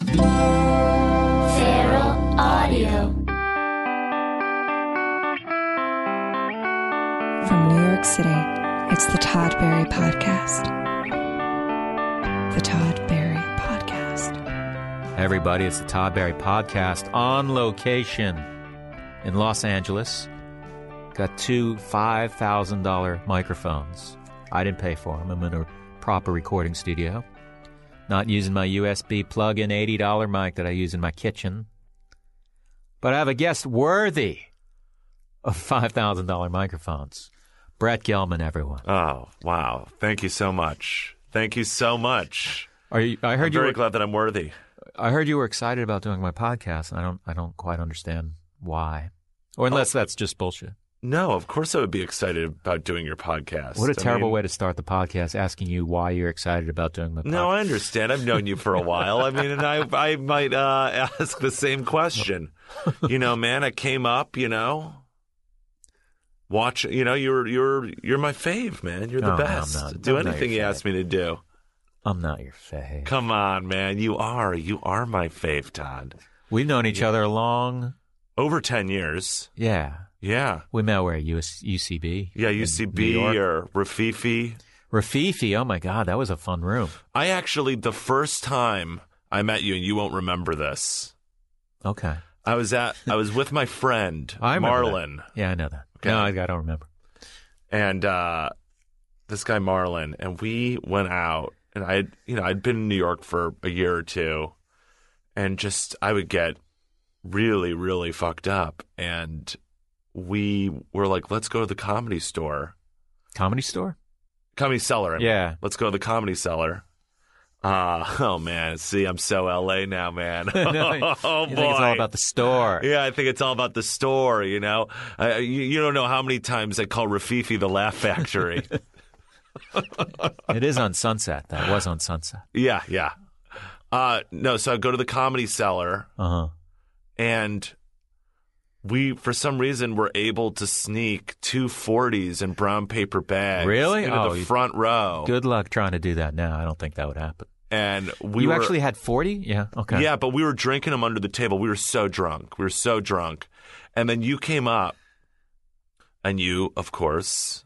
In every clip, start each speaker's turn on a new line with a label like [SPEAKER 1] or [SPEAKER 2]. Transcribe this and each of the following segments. [SPEAKER 1] Feral Audio.
[SPEAKER 2] From New York City, it's the Todd Berry Podcast. The Todd Berry Podcast.
[SPEAKER 3] Hey everybody, it's the Todd Barry Podcast on location in Los Angeles. Got two $5,000 microphones. I didn't pay for them. I'm in a proper recording studio. Not using my USB plug in $80 mic that I use in my kitchen. But I have a guest worthy of $5,000 microphones. Brett Gelman, everyone.
[SPEAKER 4] Oh, wow. Thank you so much. Thank you so much.
[SPEAKER 3] Are you, I heard
[SPEAKER 4] I'm
[SPEAKER 3] you
[SPEAKER 4] very
[SPEAKER 3] were,
[SPEAKER 4] glad that I'm worthy.
[SPEAKER 3] I heard you were excited about doing my podcast, and I don't I don't quite understand why, or unless that's just bullshit.
[SPEAKER 4] No, of course I would be excited about doing your podcast.
[SPEAKER 3] What a
[SPEAKER 4] I
[SPEAKER 3] terrible
[SPEAKER 4] mean-
[SPEAKER 3] way to start the podcast, asking you why you're excited about doing my podcast.
[SPEAKER 4] No, I understand. I've known you for a while. I mean, and I I might uh, ask the same question. You know, man, I came up, you know, watch, you know, you're you're you're my fave, man. You're the
[SPEAKER 3] No, no, I'm
[SPEAKER 4] best.
[SPEAKER 3] not.
[SPEAKER 4] Do
[SPEAKER 3] I'm not
[SPEAKER 4] anything
[SPEAKER 3] your
[SPEAKER 4] you
[SPEAKER 3] fave.
[SPEAKER 4] ask me to do.
[SPEAKER 3] I'm not your fave.
[SPEAKER 4] Come on, man. You are. You are my fave, Todd.
[SPEAKER 3] We've known each other a long,
[SPEAKER 4] Over 10 years.
[SPEAKER 3] yeah.
[SPEAKER 4] Yeah.
[SPEAKER 3] We met where US, UCB.
[SPEAKER 4] Yeah,
[SPEAKER 3] in New
[SPEAKER 4] UCB
[SPEAKER 3] York.
[SPEAKER 4] or Rafifi.
[SPEAKER 3] Rafifi. Oh my God, that was a fun room.
[SPEAKER 4] I actually, the first time I met you, and you won't remember this,
[SPEAKER 3] Okay,
[SPEAKER 4] I was at, I was with my friend
[SPEAKER 3] I remember that.
[SPEAKER 4] Marlon,
[SPEAKER 3] Yeah, I know that.
[SPEAKER 4] Okay.
[SPEAKER 3] No, I, I don't remember.
[SPEAKER 4] and uh, this guy Marlon, and we went out, and I, had, you know, I'd been in New York for a year or two, and just I would get really, really fucked up, and we were like, let's go to the comedy store,
[SPEAKER 3] Comedy store.
[SPEAKER 4] comedy cellar. I mean.
[SPEAKER 3] Yeah.
[SPEAKER 4] let's go to the comedy cellar. Uh, oh man, see, I'm so LA now, man.
[SPEAKER 3] No, you-
[SPEAKER 4] oh
[SPEAKER 3] you
[SPEAKER 4] boy,
[SPEAKER 3] think it's all about the store?
[SPEAKER 4] yeah, I think it's all about the store. You know, I, you, you don't know how many times I call Rafifi the Laugh Factory.
[SPEAKER 3] It is on Sunset. That was on Sunset.
[SPEAKER 4] yeah, yeah. Uh, no, so I go to the comedy cellar,
[SPEAKER 3] Uh huh.
[SPEAKER 4] and we, for some reason, were able to sneak two 40s in brown paper bags
[SPEAKER 3] Really?
[SPEAKER 4] into
[SPEAKER 3] Oh,
[SPEAKER 4] the
[SPEAKER 3] you-
[SPEAKER 4] front row.
[SPEAKER 3] Good luck trying to do that now. I don't think that would happen.
[SPEAKER 4] And we
[SPEAKER 3] you
[SPEAKER 4] were,
[SPEAKER 3] actually had 40? Yeah. Okay.
[SPEAKER 4] Yeah, but we were drinking them under the table. We were so drunk. We were so drunk. And then you came up and you, of course,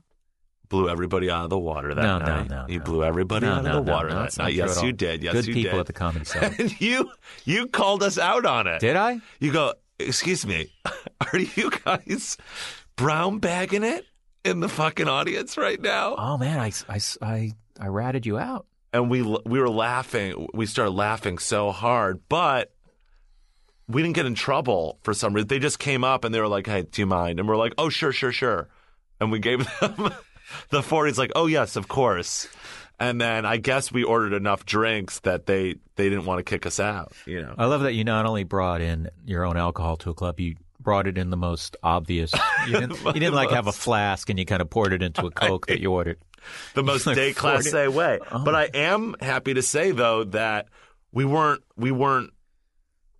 [SPEAKER 4] blew everybody out of the water that
[SPEAKER 3] No, no,
[SPEAKER 4] night.
[SPEAKER 3] no,
[SPEAKER 4] you
[SPEAKER 3] no.
[SPEAKER 4] blew everybody
[SPEAKER 3] No,
[SPEAKER 4] out
[SPEAKER 3] no,
[SPEAKER 4] of the
[SPEAKER 3] no,
[SPEAKER 4] water
[SPEAKER 3] no,
[SPEAKER 4] that
[SPEAKER 3] it's not
[SPEAKER 4] night.
[SPEAKER 3] true
[SPEAKER 4] Yes,
[SPEAKER 3] at
[SPEAKER 4] you
[SPEAKER 3] all.
[SPEAKER 4] did. Yes,
[SPEAKER 3] Good
[SPEAKER 4] you
[SPEAKER 3] people
[SPEAKER 4] did.
[SPEAKER 3] at the comedy cellar.
[SPEAKER 4] and you you called us out on it.
[SPEAKER 3] Did I?
[SPEAKER 4] You go, excuse me, are you guys brown bagging it in the fucking audience right now?
[SPEAKER 3] Oh man, I, I, I, I ratted you out.
[SPEAKER 4] and we we were laughing. We started laughing so hard, but we didn't get in trouble for some reason. They just came up and they were like, "Hey, do you mind?" And we're like, "Oh, sure, sure, sure." And we gave them the forties, like, "Oh yes, of course." And then I guess we ordered enough drinks that they they didn't want to kick us out. You know,
[SPEAKER 3] I love that you not only brought in your own alcohol to a club, you brought it in the most obvious. You didn't, you didn't like have a flask and you kind of poured it into a Coke that you ordered.
[SPEAKER 4] the most
[SPEAKER 3] like Oh.
[SPEAKER 4] day class
[SPEAKER 3] 40.
[SPEAKER 4] A way. But I am happy to say though that we weren't we weren't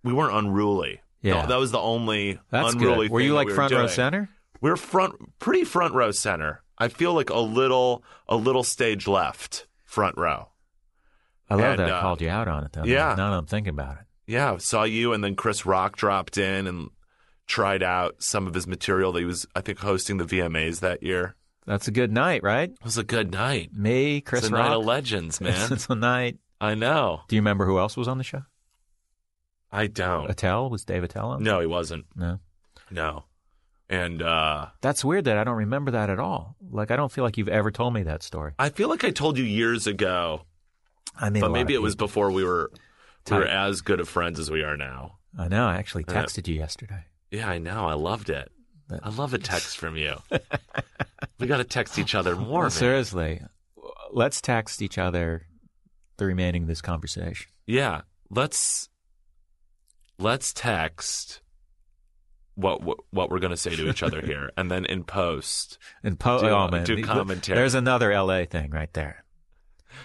[SPEAKER 4] we weren't unruly.
[SPEAKER 3] Yeah.
[SPEAKER 4] that was the only
[SPEAKER 3] That's
[SPEAKER 4] unruly.
[SPEAKER 3] good. Were
[SPEAKER 4] thing
[SPEAKER 3] you
[SPEAKER 4] that
[SPEAKER 3] like
[SPEAKER 4] we were
[SPEAKER 3] front row
[SPEAKER 4] doing.
[SPEAKER 3] center?
[SPEAKER 4] we're front pretty front row center. I feel like a little a little stage left front row.
[SPEAKER 3] I love
[SPEAKER 4] And,
[SPEAKER 3] that. I
[SPEAKER 4] uh,
[SPEAKER 3] called you out on it though.
[SPEAKER 4] yeah.
[SPEAKER 3] Now that I'm thinking about it.
[SPEAKER 4] Yeah, saw you and then Chris Rock dropped in and tried out some of his material that he was I think hosting the VMAs that year.
[SPEAKER 3] That's a good night, right?
[SPEAKER 4] It was a good night.
[SPEAKER 3] Me, Chris
[SPEAKER 4] it's a night of
[SPEAKER 3] Rock.
[SPEAKER 4] legends, man.
[SPEAKER 3] it's a night.
[SPEAKER 4] I know.
[SPEAKER 3] Do you remember who else was on the show?
[SPEAKER 4] I don't.
[SPEAKER 3] Attell? Was Dave Attell on?
[SPEAKER 4] No, he wasn't.
[SPEAKER 3] No.
[SPEAKER 4] No. And uh
[SPEAKER 3] That's weird that I don't remember that at all. Like, I don't feel like you've ever told me that story.
[SPEAKER 4] I feel like I told you years ago,
[SPEAKER 3] I mean,
[SPEAKER 4] but maybe it was before we were we were
[SPEAKER 3] Tight.
[SPEAKER 4] as good of friends as we are now.
[SPEAKER 3] I know. I actually
[SPEAKER 4] Yeah.
[SPEAKER 3] texted you yesterday.
[SPEAKER 4] Yeah, I know. I loved it.
[SPEAKER 3] That-
[SPEAKER 4] I love a text from you. we got to text each other more.
[SPEAKER 3] Well,
[SPEAKER 4] man.
[SPEAKER 3] seriously, let's text each other the remaining of this conversation.
[SPEAKER 4] Yeah. let's let's text what what, what we're going to say to each other here, and then in post,
[SPEAKER 3] And po-
[SPEAKER 4] Do,
[SPEAKER 3] oh,
[SPEAKER 4] uh,
[SPEAKER 3] man.
[SPEAKER 4] do
[SPEAKER 3] The-
[SPEAKER 4] commentary.
[SPEAKER 3] There's another LA thing right there.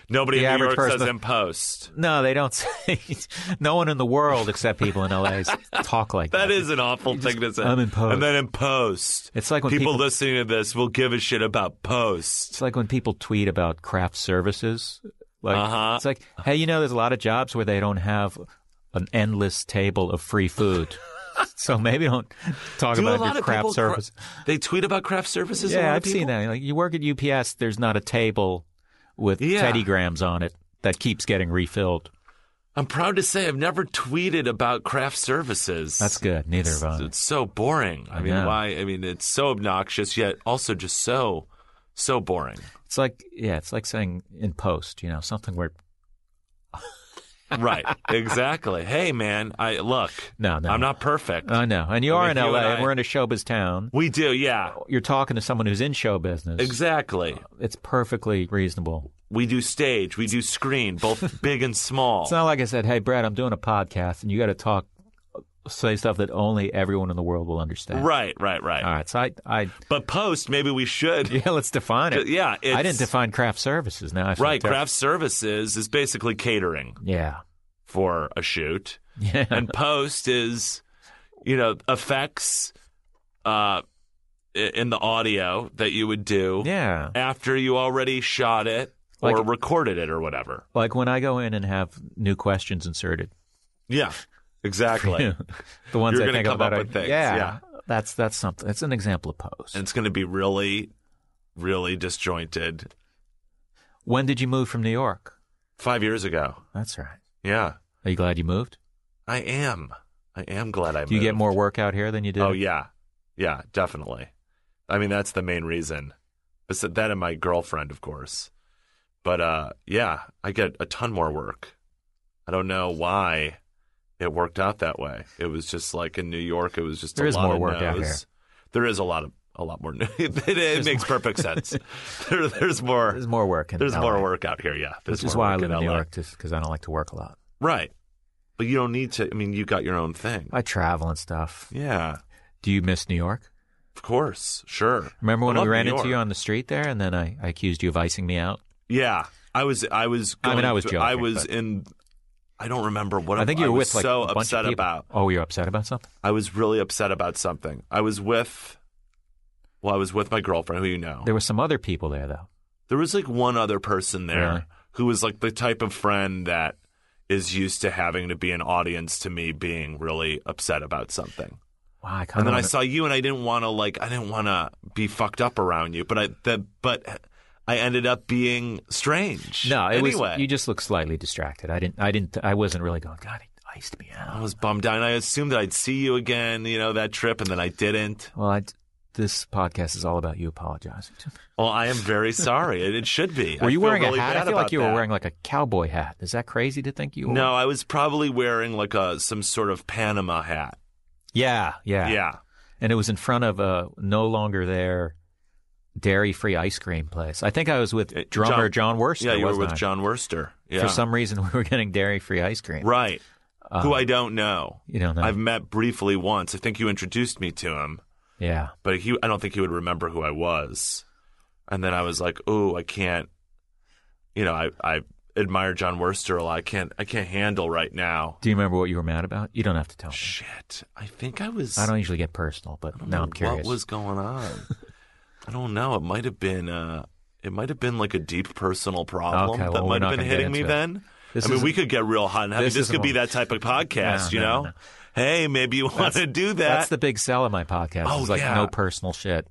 [SPEAKER 4] nobody
[SPEAKER 3] The
[SPEAKER 4] in New
[SPEAKER 3] average
[SPEAKER 4] York says
[SPEAKER 3] person-
[SPEAKER 4] in post.
[SPEAKER 3] No, they don't say. no one in the world except people in LA talk like that.
[SPEAKER 4] That is an awful thing to say.
[SPEAKER 3] I'm in post.
[SPEAKER 4] And then in post,
[SPEAKER 3] It's like when people-
[SPEAKER 4] listening to this will give a shit about post.
[SPEAKER 3] It's like when people tweet about craft services. Like
[SPEAKER 4] Uh-huh.
[SPEAKER 3] it's like, hey, you know, there's a lot of jobs where they don't have an endless table of free food. so maybe don't talk
[SPEAKER 4] Do a
[SPEAKER 3] about
[SPEAKER 4] lot
[SPEAKER 3] your
[SPEAKER 4] of
[SPEAKER 3] craft
[SPEAKER 4] people cra-
[SPEAKER 3] service.
[SPEAKER 4] they tweet about craft services. a lot
[SPEAKER 3] yeah,
[SPEAKER 4] of
[SPEAKER 3] I've seen
[SPEAKER 4] people?
[SPEAKER 3] that. Like you work at UPS, there's not a table with
[SPEAKER 4] Yeah.
[SPEAKER 3] Teddy Grahams on it that keeps getting refilled.
[SPEAKER 4] I'm proud to say I've never tweeted about craft services.
[SPEAKER 3] That's good. Neither
[SPEAKER 4] It's,
[SPEAKER 3] of us.
[SPEAKER 4] it's so boring. I,
[SPEAKER 3] I
[SPEAKER 4] mean,
[SPEAKER 3] know.
[SPEAKER 4] why? I mean, it's so obnoxious, yet also just so so boring.
[SPEAKER 3] It's like yeah, it's like saying in post, you know, something where
[SPEAKER 4] right? Exactly. Hey, man. I look.
[SPEAKER 3] No, no.
[SPEAKER 4] I'm not perfect.
[SPEAKER 3] I know. And you
[SPEAKER 4] I
[SPEAKER 3] are
[SPEAKER 4] mean,
[SPEAKER 3] in
[SPEAKER 4] you
[SPEAKER 3] LA
[SPEAKER 4] and I-
[SPEAKER 3] and we're in a showbiz town.
[SPEAKER 4] we do. Yeah.
[SPEAKER 3] You're talking to someone who's in show business.
[SPEAKER 4] Exactly.
[SPEAKER 3] It's perfectly reasonable.
[SPEAKER 4] We do stage. We do screen, both big and small.
[SPEAKER 3] It's not like I said, "Hey, Brad, I'm doing a podcast, and you got to talk, say stuff that only everyone in the world will understand."
[SPEAKER 4] right. Right. Right.
[SPEAKER 3] All right. So I, I
[SPEAKER 4] But post, maybe we should.
[SPEAKER 3] yeah, let's define it.
[SPEAKER 4] Yeah,
[SPEAKER 3] I
[SPEAKER 4] it's-
[SPEAKER 3] didn't define craft services. Now I feel
[SPEAKER 4] Right.
[SPEAKER 3] terrible.
[SPEAKER 4] Craft services is basically catering
[SPEAKER 3] Yeah.
[SPEAKER 4] for a shoot,
[SPEAKER 3] Yeah.
[SPEAKER 4] and post is, you know, effects uh, i- in the audio that you would do
[SPEAKER 3] yeah.
[SPEAKER 4] after you already shot it or
[SPEAKER 3] Like-
[SPEAKER 4] recorded it or whatever.
[SPEAKER 3] Like when I go in and have new questions inserted,
[SPEAKER 4] Yeah. Exactly. and
[SPEAKER 3] the ones
[SPEAKER 4] You're
[SPEAKER 3] I
[SPEAKER 4] gonna
[SPEAKER 3] think
[SPEAKER 4] come
[SPEAKER 3] about.
[SPEAKER 4] up
[SPEAKER 3] I-
[SPEAKER 4] with things,
[SPEAKER 3] Yeah,
[SPEAKER 4] yeah.
[SPEAKER 3] That's that's something. That's an example of post.
[SPEAKER 4] it's going to be really, really disjointed.
[SPEAKER 3] when did you move from New York?
[SPEAKER 4] Five years ago.
[SPEAKER 3] That's right.
[SPEAKER 4] Yeah.
[SPEAKER 3] Are you glad you moved?
[SPEAKER 4] I am. I am glad I moved.
[SPEAKER 3] Do you get more work out here than you did?
[SPEAKER 4] Oh yeah, yeah, definitely. I mean, that's the main reason. Besides that, and my girlfriend, of course. But uh, yeah, I get a ton more work. I don't know why it worked out that way. It was just like in New York, it was just
[SPEAKER 3] There
[SPEAKER 4] a
[SPEAKER 3] is
[SPEAKER 4] lot
[SPEAKER 3] more
[SPEAKER 4] of
[SPEAKER 3] work out
[SPEAKER 4] no's.
[SPEAKER 3] here.
[SPEAKER 4] There is a lot of a lot more. it it makes perfect sense. there, there's
[SPEAKER 3] There's
[SPEAKER 4] more.
[SPEAKER 3] more work. In
[SPEAKER 4] There's
[SPEAKER 3] LA,
[SPEAKER 4] more work out here. Yeah, there's
[SPEAKER 3] Which is
[SPEAKER 4] more
[SPEAKER 3] why I
[SPEAKER 4] work
[SPEAKER 3] live in New
[SPEAKER 4] LA.
[SPEAKER 3] York, just because I don't like to work a lot.
[SPEAKER 4] Right, but you don't need to. I mean, you got your own thing.
[SPEAKER 3] I travel and stuff.
[SPEAKER 4] Yeah,
[SPEAKER 3] Do you miss New York?
[SPEAKER 4] of course, sure.
[SPEAKER 3] Remember
[SPEAKER 4] I
[SPEAKER 3] when we
[SPEAKER 4] love
[SPEAKER 3] ran
[SPEAKER 4] New
[SPEAKER 3] into
[SPEAKER 4] York.
[SPEAKER 3] you on the street there, and then I, I accused you of icing me out?
[SPEAKER 4] Yeah, I was. I was.
[SPEAKER 3] I mean,
[SPEAKER 4] going
[SPEAKER 3] I was
[SPEAKER 4] through- I
[SPEAKER 3] joking,
[SPEAKER 4] was
[SPEAKER 3] but-
[SPEAKER 4] in. I don't remember what
[SPEAKER 3] I think you were
[SPEAKER 4] was
[SPEAKER 3] with like
[SPEAKER 4] so
[SPEAKER 3] a bunch
[SPEAKER 4] upset
[SPEAKER 3] of people.
[SPEAKER 4] about.
[SPEAKER 3] Oh, you're upset about something?
[SPEAKER 4] I was really upset about something. I was with. Well, I was with my girlfriend, who you know.
[SPEAKER 3] There were some other people there though.
[SPEAKER 4] There was like one other person there
[SPEAKER 3] Really?
[SPEAKER 4] who was like the type of friend that is used to having to be an audience to me being really upset about something.
[SPEAKER 3] Wow, I
[SPEAKER 4] and
[SPEAKER 3] kind
[SPEAKER 4] then
[SPEAKER 3] of
[SPEAKER 4] I saw you, and I didn't want to like I didn't want to be fucked up around you, but I the, but I ended up being strange.
[SPEAKER 3] No, it
[SPEAKER 4] anyway.
[SPEAKER 3] was you just looked slightly distracted. I didn't I didn't I wasn't really going, God, he iced me
[SPEAKER 4] I
[SPEAKER 3] out.
[SPEAKER 4] was bummed out. And I assumed that I'd see you again, you know, that trip, and then I didn't.
[SPEAKER 3] Well, I, this podcast is all about you apologizing. to me.
[SPEAKER 4] Well, I am very sorry. It, it should be.
[SPEAKER 3] Were
[SPEAKER 4] I
[SPEAKER 3] you
[SPEAKER 4] feel
[SPEAKER 3] wearing
[SPEAKER 4] really
[SPEAKER 3] a hat?
[SPEAKER 4] bad
[SPEAKER 3] I feel
[SPEAKER 4] about
[SPEAKER 3] like you were
[SPEAKER 4] that.
[SPEAKER 3] wearing like a cowboy hat. Is that crazy to think you were?
[SPEAKER 4] No, I was probably wearing like a some sort of Panama hat.
[SPEAKER 3] Yeah, yeah.
[SPEAKER 4] Yeah,
[SPEAKER 3] And it was in front of a no longer there dairy free ice cream place. I think I was with
[SPEAKER 4] It-
[SPEAKER 3] drummer John, Worster.
[SPEAKER 4] Uh, Yeah, you were
[SPEAKER 3] wasn't
[SPEAKER 4] with
[SPEAKER 3] I?
[SPEAKER 4] John Worster. Yeah,
[SPEAKER 3] For some reason, we were getting dairy free ice cream.
[SPEAKER 4] right,
[SPEAKER 3] Uh,
[SPEAKER 4] who I don't know.
[SPEAKER 3] You don't know.
[SPEAKER 4] I've met briefly once. I think you introduced me to him,
[SPEAKER 3] yeah.
[SPEAKER 4] but he I don't think he would remember who I was. And then I was like, "Oh, I can't." You know, I I admire John Worster a lot. I can't I can't handle right now.
[SPEAKER 3] Do you remember what you were mad about? You don't have to tell me.
[SPEAKER 4] Shit, I think I was.
[SPEAKER 3] I don't usually get personal,
[SPEAKER 4] I
[SPEAKER 3] but
[SPEAKER 4] don't
[SPEAKER 3] now
[SPEAKER 4] know
[SPEAKER 3] I'm curious.
[SPEAKER 4] What was going on? I don't know. It might have been. Uh, it might have been like a deep personal problem
[SPEAKER 3] Okay, well,
[SPEAKER 4] that
[SPEAKER 3] we're
[SPEAKER 4] might
[SPEAKER 3] not
[SPEAKER 4] have been
[SPEAKER 3] gonna get
[SPEAKER 4] hitting me
[SPEAKER 3] into it.
[SPEAKER 4] then.
[SPEAKER 3] This
[SPEAKER 4] I mean,
[SPEAKER 3] isn't-
[SPEAKER 4] we could get real hot and heavy.
[SPEAKER 3] This
[SPEAKER 4] This,
[SPEAKER 3] isn't
[SPEAKER 4] could be
[SPEAKER 3] what-
[SPEAKER 4] that type of podcast,
[SPEAKER 3] No,
[SPEAKER 4] you
[SPEAKER 3] no,
[SPEAKER 4] know?
[SPEAKER 3] no.
[SPEAKER 4] Hey, maybe you want to do that.
[SPEAKER 3] That's the big sell of my podcast.
[SPEAKER 4] Oh,
[SPEAKER 3] it's like
[SPEAKER 4] yeah.
[SPEAKER 3] no personal shit.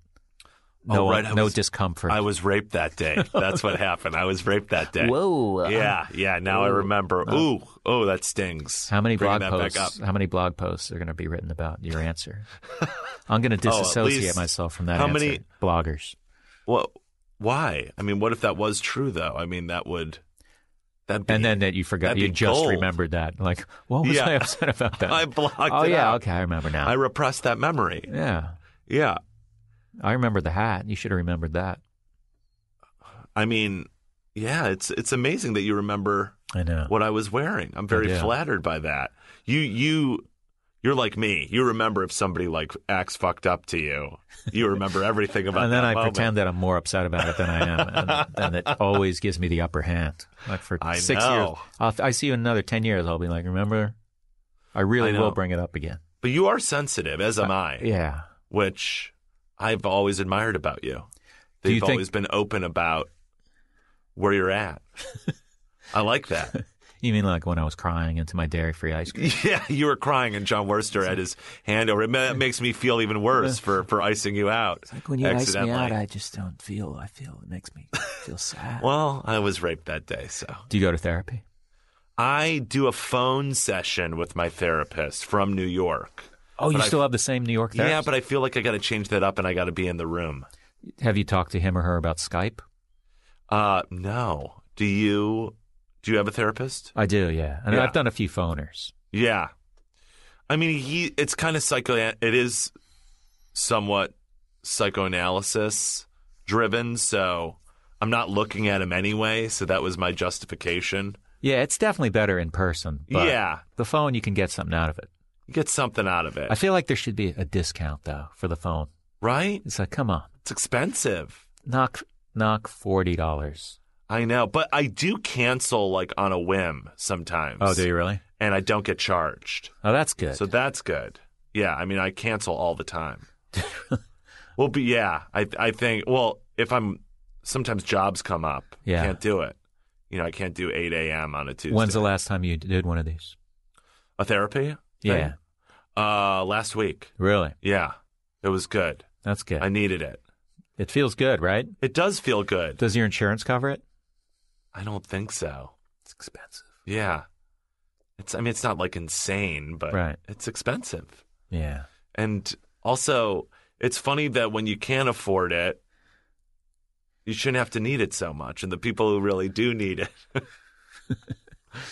[SPEAKER 4] Oh,
[SPEAKER 3] No,
[SPEAKER 4] right, I
[SPEAKER 3] no
[SPEAKER 4] was-
[SPEAKER 3] discomfort.
[SPEAKER 4] I was raped that day. That's what happened. I was raped that day.
[SPEAKER 3] Whoa. Uh-huh.
[SPEAKER 4] Yeah, yeah. Now I remember. Ooh, oh, that stings.
[SPEAKER 3] How many
[SPEAKER 4] Bringing
[SPEAKER 3] blog
[SPEAKER 4] that back
[SPEAKER 3] posts?
[SPEAKER 4] up.
[SPEAKER 3] How many blog posts are going to be written about your answer? I'm going to
[SPEAKER 4] Oh, at
[SPEAKER 3] disassociate
[SPEAKER 4] least-
[SPEAKER 3] myself from that.
[SPEAKER 4] how
[SPEAKER 3] answer.
[SPEAKER 4] many-
[SPEAKER 3] bloggers?
[SPEAKER 4] Well, why? I mean, what if that was true though? I mean, that would that
[SPEAKER 3] And then that you forgot,
[SPEAKER 4] That'd
[SPEAKER 3] you
[SPEAKER 4] be
[SPEAKER 3] just
[SPEAKER 4] gold.
[SPEAKER 3] remembered that. Like, what was
[SPEAKER 4] Yeah.
[SPEAKER 3] I upset about that?
[SPEAKER 4] I blocked
[SPEAKER 3] oh
[SPEAKER 4] it
[SPEAKER 3] yeah,
[SPEAKER 4] out.
[SPEAKER 3] okay, I remember now.
[SPEAKER 4] I repressed that memory.
[SPEAKER 3] yeah,
[SPEAKER 4] Yeah.
[SPEAKER 3] I remember the hat. You should have remembered that.
[SPEAKER 4] I mean, yeah, it's it's amazing that you remember
[SPEAKER 3] I know.
[SPEAKER 4] what I was wearing. I'm very
[SPEAKER 3] do.
[SPEAKER 4] flattered by that. You you you're like me. You remember if somebody like acts fucked up to you. You remember everything about
[SPEAKER 3] and then
[SPEAKER 4] that
[SPEAKER 3] I
[SPEAKER 4] moment.
[SPEAKER 3] pretend that I'm more upset about it than I am, and, and it always gives me the upper hand. Like for
[SPEAKER 4] I
[SPEAKER 3] six years,
[SPEAKER 4] know.
[SPEAKER 3] I'll, I see you in another ten years, I'll be like, remember? I really
[SPEAKER 4] I know.
[SPEAKER 3] will bring it up again.
[SPEAKER 4] But you are sensitive, as am I,
[SPEAKER 3] Uh, Yeah,
[SPEAKER 4] which I've always admired about you.
[SPEAKER 3] Do
[SPEAKER 4] That
[SPEAKER 3] you
[SPEAKER 4] you've
[SPEAKER 3] think-
[SPEAKER 4] always been open about where you're at. I like that.
[SPEAKER 3] you mean like when I was crying into my dairy-free ice cream?
[SPEAKER 4] Yeah, you were crying, and John Worster had his hand over. It ma- it makes me feel even worse for, for icing you out. accidentally.
[SPEAKER 3] just don't feel. I feel it makes me feel sad.
[SPEAKER 4] well, I was raped that day, so.
[SPEAKER 3] Do you go to therapy?
[SPEAKER 4] I do a phone session with my therapist from New York.
[SPEAKER 3] Oh, you
[SPEAKER 4] But I-
[SPEAKER 3] still have the same New York
[SPEAKER 4] Yeah,
[SPEAKER 3] therapist?
[SPEAKER 4] but I feel like I got to change that up and I got to be in the room.
[SPEAKER 3] have you talked to him or her about Skype?
[SPEAKER 4] Uh, no. Do you do you have a therapist?
[SPEAKER 3] I do, yeah. And
[SPEAKER 4] Yeah.
[SPEAKER 3] I've done a few phoners.
[SPEAKER 4] Yeah. I mean, he it's kind of psycho it is somewhat psychoanalysis driven, so I'm not looking at him anyway, so that was my justification.
[SPEAKER 3] Yeah, it's definitely better in person. But
[SPEAKER 4] Yeah.
[SPEAKER 3] the phone you can get something out of it.
[SPEAKER 4] You get something out of it,
[SPEAKER 3] I feel like there should be a discount though for the phone.
[SPEAKER 4] right?
[SPEAKER 3] It's like, come on,
[SPEAKER 4] It's expensive.
[SPEAKER 3] knock knock forty dollars.
[SPEAKER 4] I know, but I do cancel like on a whim sometimes.
[SPEAKER 3] Oh, you really?
[SPEAKER 4] And I don't get charged.
[SPEAKER 3] Oh, that's good.
[SPEAKER 4] So that's good. Yeah, I mean I cancel all the time. well, but yeah, I I think well, if I'm sometimes jobs come up,
[SPEAKER 3] Yeah.
[SPEAKER 4] can't do it. You know, I can't do 8 a.m. on a Tuesday.
[SPEAKER 3] When's the last time you did one of these?
[SPEAKER 4] a therapy? thing?
[SPEAKER 3] Yeah.
[SPEAKER 4] Uh, last week.
[SPEAKER 3] Really?
[SPEAKER 4] Yeah, it was good.
[SPEAKER 3] That's good.
[SPEAKER 4] I needed it.
[SPEAKER 3] it feels good, right?
[SPEAKER 4] It does feel good.
[SPEAKER 3] Does your insurance cover it?
[SPEAKER 4] I don't think so.
[SPEAKER 3] It's expensive.
[SPEAKER 4] Yeah, it's. I mean, it's not like insane, but
[SPEAKER 3] Right.
[SPEAKER 4] it's expensive.
[SPEAKER 3] Yeah.
[SPEAKER 4] And also, it's funny that when you can't afford it, you shouldn't have to need it so much. And the people who really do need it,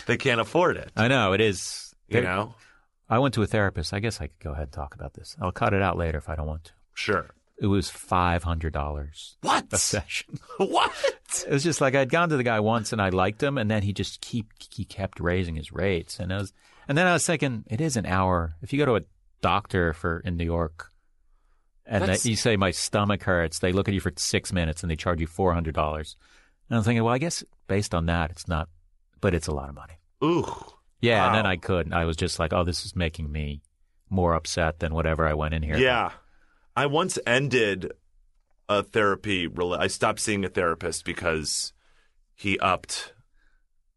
[SPEAKER 4] they can't afford it.
[SPEAKER 3] I know it is.
[SPEAKER 4] You know?
[SPEAKER 3] I went to a therapist. I guess I could go ahead and talk about this. I'll cut it out later if I don't want to.
[SPEAKER 4] Sure.
[SPEAKER 3] It was five hundred dollars
[SPEAKER 4] What?
[SPEAKER 3] a session.
[SPEAKER 4] What?
[SPEAKER 3] It was just like I'd gone to the guy once and I liked him, and then he just keep he kept raising his rates, and I was, and then I was thinking it is an hour. If you go to a doctor for in New York, and
[SPEAKER 4] That's-
[SPEAKER 3] that you say my stomach hurts, they look at you for six minutes and they charge you four hundred dollars, and I'm thinking, well, I guess based on that, it's not, but it's a lot of money.
[SPEAKER 4] Ooh.
[SPEAKER 3] Yeah, and then
[SPEAKER 4] Wow.
[SPEAKER 3] I couldn't. I was just like, oh, this is making me more upset than whatever I went in here.
[SPEAKER 4] Yeah. I once ended a therapy. rela- I stopped seeing a therapist because he upped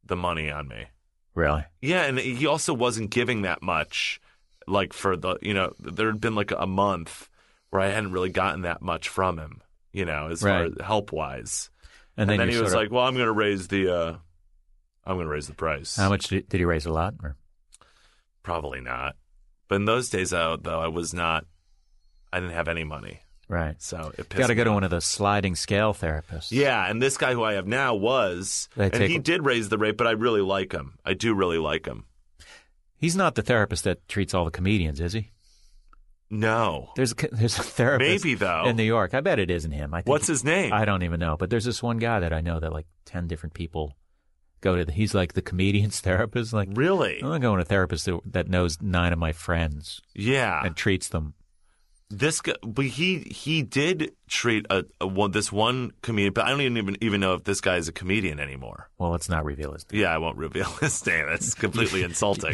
[SPEAKER 4] the money on me.
[SPEAKER 3] really.
[SPEAKER 4] Yeah, and he also wasn't giving that much. Like for the you know, there had been like a month where I hadn't really gotten that much from him. You know, as
[SPEAKER 3] Right.
[SPEAKER 4] far as help wise.
[SPEAKER 3] And then,
[SPEAKER 4] then,
[SPEAKER 3] you
[SPEAKER 4] he
[SPEAKER 3] sort
[SPEAKER 4] was
[SPEAKER 3] of-
[SPEAKER 4] like, "Well, I'm going to raise the, uh I'm going to raise the price."
[SPEAKER 3] how much did, did he raise? A lot. Or?
[SPEAKER 4] Probably not. But in those days, though, though I was not. I didn't have any money,
[SPEAKER 3] Right.
[SPEAKER 4] so it pissed
[SPEAKER 3] Got to
[SPEAKER 4] me
[SPEAKER 3] go to
[SPEAKER 4] off.
[SPEAKER 3] one of those sliding scale therapists.
[SPEAKER 4] Yeah, and this guy who I have now was,
[SPEAKER 3] They
[SPEAKER 4] and
[SPEAKER 3] take-
[SPEAKER 4] he did raise the rate, but I really like him. I do really like him.
[SPEAKER 3] He's not the therapist that treats all the comedians, is he?
[SPEAKER 4] No,
[SPEAKER 3] There's a, co- there's a therapist
[SPEAKER 4] Maybe, though.
[SPEAKER 3] in New York. I bet it isn't him. I think
[SPEAKER 4] what's his name?
[SPEAKER 3] I don't even know. But there's this one guy that I know that like 10 different people go to. The, he's like the comedian's therapist. Like,
[SPEAKER 4] really?
[SPEAKER 3] I'm not going to a therapist that, that knows nine of my friends
[SPEAKER 4] Yeah,
[SPEAKER 3] and treats them.
[SPEAKER 4] This guy, but he he did treat a, a one this one comedian, but I don't even even even know if this guy is a comedian anymore.
[SPEAKER 3] Well, let's not reveal his
[SPEAKER 4] Yeah, I won't reveal his name. That's completely insulting.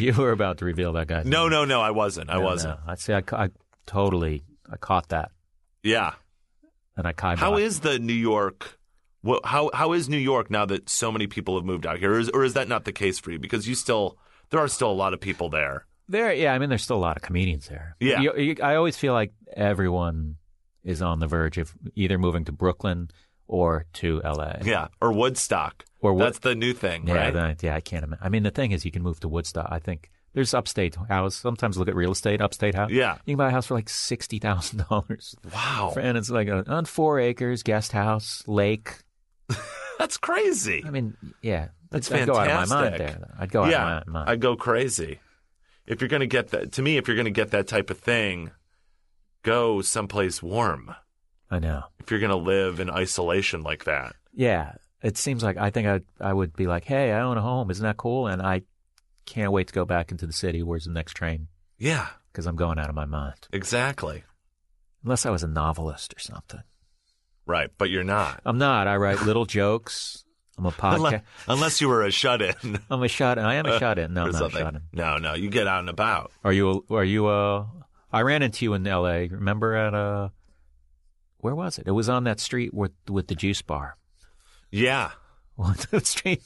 [SPEAKER 3] You were about to reveal that guy's
[SPEAKER 4] no,
[SPEAKER 3] name.
[SPEAKER 4] no, no, I wasn't. I
[SPEAKER 3] No,
[SPEAKER 4] wasn't.
[SPEAKER 3] no. I see. I, ca- I totally I caught that.
[SPEAKER 4] Yeah.
[SPEAKER 3] And I kind
[SPEAKER 4] How is the New York? wha- How how is New York now that so many people have moved out here? Or is, or is that not the case for you? Because you still there are still a lot of people there.
[SPEAKER 3] There, yeah, I mean, there's still a lot of comedians there.
[SPEAKER 4] Yeah.
[SPEAKER 3] You- you- I always feel like everyone is on the verge of either moving to Brooklyn or to LA.
[SPEAKER 4] Yeah, or Woodstock.
[SPEAKER 3] Or Wood-
[SPEAKER 4] that's the new thing,
[SPEAKER 3] yeah,
[SPEAKER 4] right?
[SPEAKER 3] that- yeah. I can't imagine. I mean, the thing is, you can move to Woodstock. I think there's upstate house. Sometimes look at real estate, upstate house.
[SPEAKER 4] Yeah. Oh.
[SPEAKER 3] you can buy a house for like sixty thousand dollars,
[SPEAKER 4] wow,
[SPEAKER 3] and it's like a, on four acres, guest house, lake.
[SPEAKER 4] that's crazy.
[SPEAKER 3] I mean, yeah,
[SPEAKER 4] That's
[SPEAKER 3] I'd go out of my mind
[SPEAKER 4] fantastic.
[SPEAKER 3] there. though. I'd go out
[SPEAKER 4] yeah,
[SPEAKER 3] of my mind.
[SPEAKER 4] I go crazy. If you're going to get that, to me, if you're going to get that type of thing, go someplace warm.
[SPEAKER 3] I know.
[SPEAKER 4] If you're going to live in isolation like that,
[SPEAKER 3] Yeah. it seems like I think I I would be like, hey, I own a home, isn't that cool? And I can't wait to go back into the city. Where's the next train?
[SPEAKER 4] Yeah,
[SPEAKER 3] Because I'm going out of my mind.
[SPEAKER 4] exactly.
[SPEAKER 3] Unless I was a novelist or something.
[SPEAKER 4] Right, but you're not.
[SPEAKER 3] I'm not. I write little jokes. I'm a podcast.
[SPEAKER 4] Unless, unless you were a shut in.
[SPEAKER 3] I'm a shot. I
[SPEAKER 4] Uh,
[SPEAKER 3] am a shot in. No, I'm not a shot in.
[SPEAKER 4] No, no, you get out and about.
[SPEAKER 3] Are you? Are you? Uh, I ran into you in L.A. Remember at uh, where was it? It was on that street with with the juice bar.
[SPEAKER 4] Yeah.
[SPEAKER 3] What street?